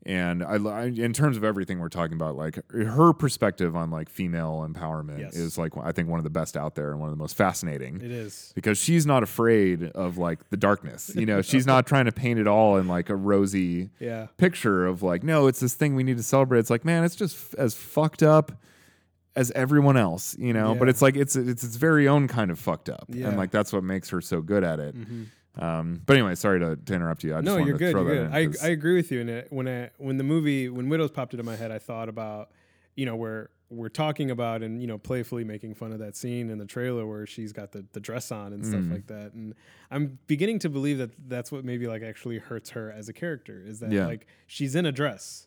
Speaker 2: And I, lo- I- in terms of everything we're talking about, like her perspective on like female empowerment
Speaker 1: Yes.
Speaker 2: is like, I think one of the best out there and one of the most fascinating
Speaker 1: it is.
Speaker 2: because she's not afraid of like the darkness. You know, she's not trying to paint it all in like a rosy
Speaker 1: Yeah.
Speaker 2: picture of like, no, it's this thing we need to celebrate. It's like, man, it's just f- as fucked up as everyone else, you know. But
Speaker 1: Yeah.
Speaker 2: it's like it's it's its very own kind of fucked up,
Speaker 1: Yeah. Mm.
Speaker 2: and like that's what makes her so good at it. Um, but anyway, sorry to, to interrupt you. I just
Speaker 1: Mm-hmm. no,
Speaker 2: wanted
Speaker 1: you're
Speaker 2: to
Speaker 1: good.
Speaker 2: throw
Speaker 1: You're good.
Speaker 2: that
Speaker 1: I,
Speaker 2: in. 'cause-
Speaker 1: I agree with you. And it, when I when the movie when Widows popped into my head, I thought about you know where we're talking about and you know playfully making fun of that scene in the trailer where she's got the, the dress on and
Speaker 2: Mm.
Speaker 1: stuff like that. And I'm beginning to believe that that's what maybe like actually hurts her as a character is that
Speaker 2: Yeah.
Speaker 1: like she's in a dress.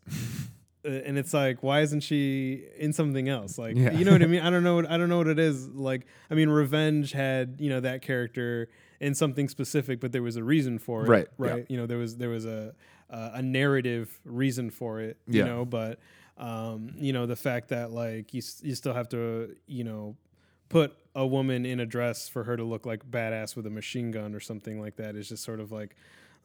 Speaker 1: Uh, And it's like, why isn't she in something else? Like,
Speaker 2: Yeah.
Speaker 1: you know what I mean? I don't know. What, I don't know what it is. Like, I mean, Revenge had you know that character in something specific, but there was a reason for it,
Speaker 2: Right, yeah.
Speaker 1: Right? you know there was there was a uh, a narrative reason for it you
Speaker 2: Yeah.
Speaker 1: know but Um, you know, the fact that like you s- you still have to you know put a woman in a dress for her to look like badass with a machine gun or something like that is just sort of like.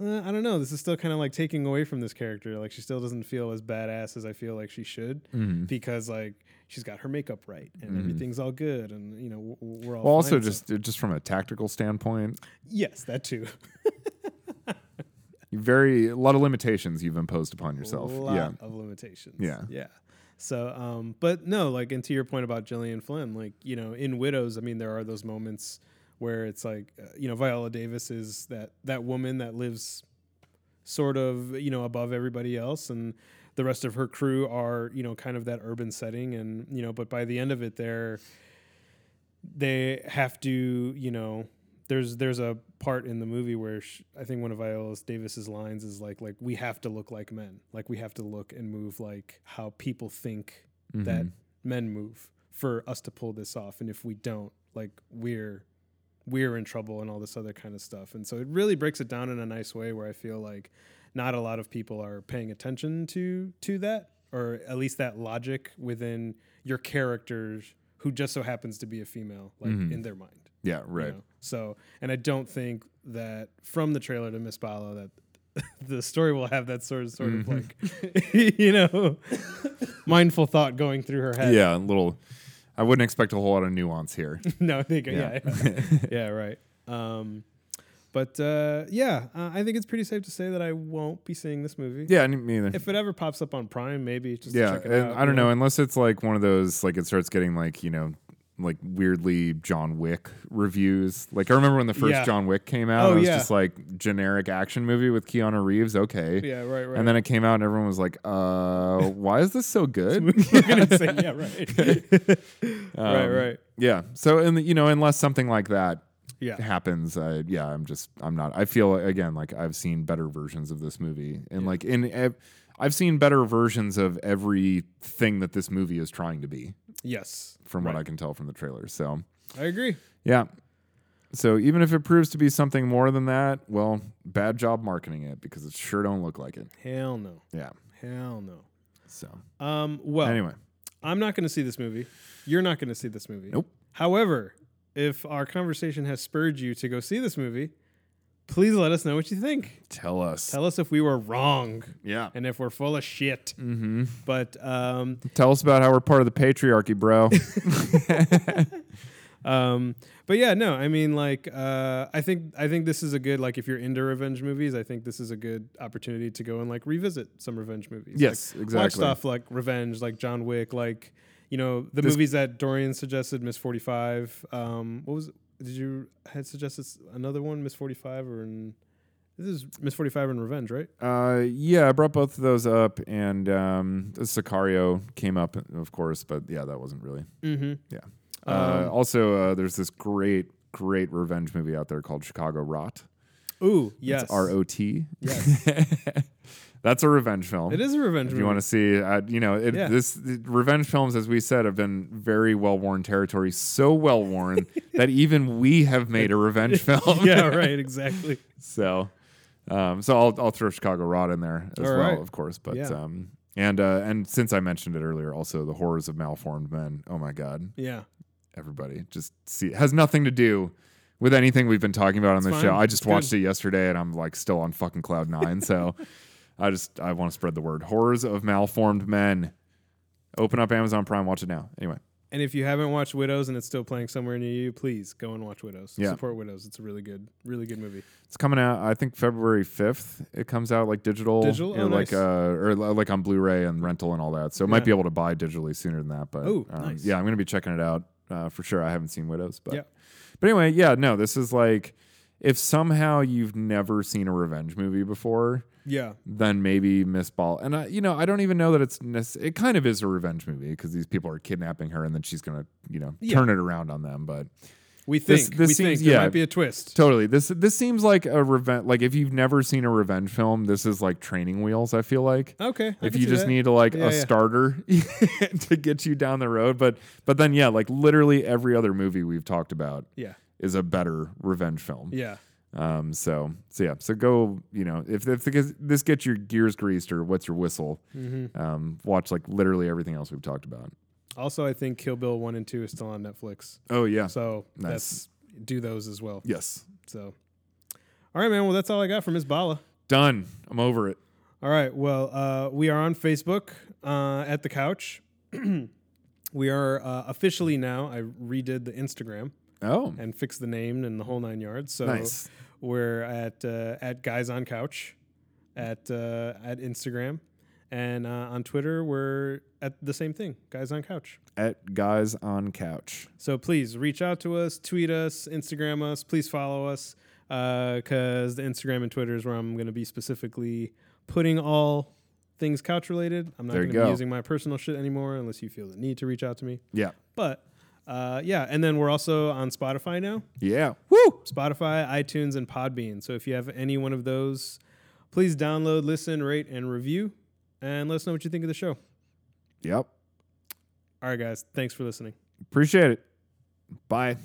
Speaker 1: Uh, I don't know. This is still kind of like taking away from this character. Like she still doesn't feel as badass as I feel like she should
Speaker 2: Mhm.
Speaker 1: because like she's got her makeup right and
Speaker 2: Mhm.
Speaker 1: everything's all good and you know w- w- we're all
Speaker 2: Well, also
Speaker 1: fine, so-
Speaker 2: just just from a tactical standpoint,
Speaker 1: yes that too
Speaker 2: you very a lot of limitations you've imposed upon yourself.
Speaker 1: a lot
Speaker 2: Yeah.
Speaker 1: of limitations
Speaker 2: Yeah.
Speaker 1: yeah so um but no like and to your point about Gillian Flynn like you know in Widows I mean there are those moments where it's like uh, you know Viola Davis is that that woman that lives sort of you know above everybody else and the rest of her crew are you know kind of that urban setting and you know but by the end of it they're they have to you know there's there's a part in the movie where sh I think one of Viola Davis's lines is like like we have to look like men like we have to look and move like how people think that
Speaker 2: Mhm.
Speaker 1: men move for us to pull this off and if we don't like we're we're in trouble and all this other kind of stuff and so it really breaks it down in a nice way where i feel like not a lot of people are paying attention to to that or at least that logic within your characters who just so happens to be a female like
Speaker 2: Mhm.
Speaker 1: in their mind
Speaker 2: Yeah,
Speaker 1: you
Speaker 2: right.
Speaker 1: know? so and i don't think that from the trailer to miss Bala that the story will have that sort of sort of
Speaker 2: Mm-hmm.
Speaker 1: like you know mindful thought going through her head
Speaker 2: Yeah, a little I wouldn't expect a whole lot of nuance here.
Speaker 1: no, I think
Speaker 2: Yeah.
Speaker 1: yeah, yeah, Yeah, right. Um, but uh, yeah, uh, I think it's pretty safe to say that I won't be seeing this movie.
Speaker 2: yeah, I didn't mean either.
Speaker 1: If it ever pops up on Prime, maybe just to
Speaker 2: yeah,
Speaker 1: check it
Speaker 2: and
Speaker 1: out,
Speaker 2: I don't
Speaker 1: you
Speaker 2: know, unless it's like one of those like it starts getting like, you know, like weirdly John Wick reviews. Like I remember when the first
Speaker 1: Yeah.
Speaker 2: John Wick came out,
Speaker 1: Oh,
Speaker 2: it was
Speaker 1: yeah.
Speaker 2: just like generic action movie with Keanu Reeves, okay.
Speaker 1: Yeah, right, right.
Speaker 2: And then it came out and everyone was like, uh, why is this so good?
Speaker 1: we're gonna say yeah, right, right,
Speaker 2: Um,
Speaker 1: right.
Speaker 2: Yeah. So and you know, unless something like that
Speaker 1: Yeah,
Speaker 2: happens, I yeah, I'm just I'm not. I feel again like I've seen better versions of this movie, and like in ev- I've seen better versions of everything that this movie is trying to be,
Speaker 1: yes,
Speaker 2: from what
Speaker 1: Right.
Speaker 2: I can tell from the trailer. So
Speaker 1: I agree.
Speaker 2: yeah. So even if it proves to be something more than that, well, bad job marketing it because it sure don't look like it.
Speaker 1: Hell no,
Speaker 2: Yeah.
Speaker 1: hell no.
Speaker 2: So
Speaker 1: Um, well,
Speaker 2: anyway,
Speaker 1: I'm not gonna see this movie. You're not gonna see this movie.
Speaker 2: Nope.
Speaker 1: However, if our conversation has spurred you to go see this movie, please let us know what you think.
Speaker 2: tell us.
Speaker 1: Tell us if we were wrong.
Speaker 2: yeah.
Speaker 1: and if we're full of shit.
Speaker 2: Mm-hmm.
Speaker 1: But um,
Speaker 2: Tell us about how we're part of the patriarchy, bro.
Speaker 1: um, but yeah, no, I mean, like, uh, I think I think this is a good like if you're into revenge movies, I think this is a good opportunity to go and like revisit some revenge movies.
Speaker 2: yes,
Speaker 1: like, watch
Speaker 2: exactly.
Speaker 1: stuff like Revenge, like John Wick, like you know the
Speaker 2: This-
Speaker 1: movies that Dorian suggested, Miss Forty Five. Um, what was did you had suggested s- another one, Miss Forty Five, or in, this is Miss Forty Five and Revenge, right?
Speaker 2: Uh, yeah, I brought both of those up, and um, Sicario came up, of course, but yeah, that wasn't really.
Speaker 1: Mm-hmm.
Speaker 2: Yeah.
Speaker 1: Um,
Speaker 2: uh, also, uh, there's this great, great revenge movie out there called Chicago Rot.
Speaker 1: Ooh, yes,
Speaker 2: It's R O T.
Speaker 1: Yes.
Speaker 2: That's a revenge film.
Speaker 1: It is a revenge
Speaker 2: If
Speaker 1: movie.
Speaker 2: you want to see, uh, you know, it,
Speaker 1: Yeah.
Speaker 2: this the revenge films, as we said, have been very well worn territory. So well worn that even we have made a revenge film.
Speaker 1: yeah, right, exactly.
Speaker 2: So, um, so I'll I'll throw Chicago Rod in there as
Speaker 1: All
Speaker 2: well,
Speaker 1: right.
Speaker 2: of course. But
Speaker 1: Yeah.
Speaker 2: um, and uh, and since I mentioned it earlier, also the horrors of malformed men. Oh my God,
Speaker 1: Yeah.
Speaker 2: everybody just see it has nothing to do with anything we've been talking about on this
Speaker 1: fine.
Speaker 2: show. I just
Speaker 1: It's
Speaker 2: watched
Speaker 1: good.
Speaker 2: it yesterday, and I'm like still on fucking cloud nine. so, I just I want to spread the word horrors of malformed men. Open up Amazon Prime, watch it now. Anyway,
Speaker 1: And if you haven't watched Widows and it's still playing somewhere near you, please go and watch Widows.
Speaker 2: Yeah.
Speaker 1: Support Widows. It's a really good, really good movie.
Speaker 2: it's coming out. I think February fifth. It comes out like digital,
Speaker 1: Digital?
Speaker 2: you know,
Speaker 1: Oh,
Speaker 2: like
Speaker 1: nice.
Speaker 2: uh, or li- like on Blu-ray and rental and all that. So it might
Speaker 1: Yeah.
Speaker 2: be able to buy digitally sooner than that. But um,
Speaker 1: Ooh, nice.
Speaker 2: yeah, I'm gonna be checking it out uh, for sure. I haven't seen Widows, but
Speaker 1: Yeah.
Speaker 2: but anyway, yeah, no, this is like if somehow you've never seen a revenge movie before,
Speaker 1: Yeah.
Speaker 2: then maybe Miss Ball. And I, you know, I don't even know that it's necess- it kind of is a revenge movie because these people are kidnapping her and then she's gonna you know
Speaker 1: Yeah.
Speaker 2: turn it around on them, but.
Speaker 1: We
Speaker 2: This-
Speaker 1: think.
Speaker 2: this
Speaker 1: we
Speaker 2: seems-
Speaker 1: think there
Speaker 2: yeah.
Speaker 1: might be a twist.
Speaker 2: Totally. This this seems like a revenge. Like if you've never seen a revenge film, this is like training wheels. I feel like
Speaker 1: Okay. I
Speaker 2: if
Speaker 1: can
Speaker 2: you
Speaker 1: see
Speaker 2: just
Speaker 1: that.
Speaker 2: need to like
Speaker 1: Yeah,
Speaker 2: a
Speaker 1: yeah.
Speaker 2: starter to get you down the road, but but then yeah, like literally every other movie we've talked about
Speaker 1: Yeah.
Speaker 2: is a better revenge film.
Speaker 1: Yeah.
Speaker 2: Um, so so yeah, so go you know if if because this gets your gears greased or what's your whistle,
Speaker 1: Mm-hmm.
Speaker 2: um, watch like literally everything else we've talked about.
Speaker 1: Also, I think Kill Bill one and two is still on Netflix,
Speaker 2: Oh yeah,
Speaker 1: so
Speaker 2: nice.
Speaker 1: that's do those as well.
Speaker 2: Yes,
Speaker 1: So, all right, man. Well, that's all I got from Ms. Bala.
Speaker 2: done. I'm over it.
Speaker 1: All right. Well, uh, we are on Facebook uh, at the couch. we are uh, officially now. I redid the Instagram
Speaker 2: Oh,
Speaker 1: and fixed the name and the whole nine yards. So
Speaker 2: nice.
Speaker 1: we're at uh, at guys on couch at uh, at Instagram and uh, on Twitter we're at the same thing, guys on couch.
Speaker 2: At guys on couch.
Speaker 1: So please reach out to us, tweet us, Instagram us. Please follow us because the Instagram and Twitter is where I'm going to be specifically putting all things couch related. I'm not
Speaker 2: There
Speaker 1: going
Speaker 2: you
Speaker 1: to
Speaker 2: go.
Speaker 1: be using my personal shit anymore unless you feel the need to reach out to me.
Speaker 2: Yeah,
Speaker 1: But uh, yeah, and then we're also on Spotify now.
Speaker 2: yeah. Woo.
Speaker 1: Spotify, iTunes, and Podbean. So if you have any one of those, please download, listen, rate, and review, and let us know what you think of the show.
Speaker 2: Yep.
Speaker 1: All right, guys, thanks for listening.
Speaker 2: Appreciate it. Bye.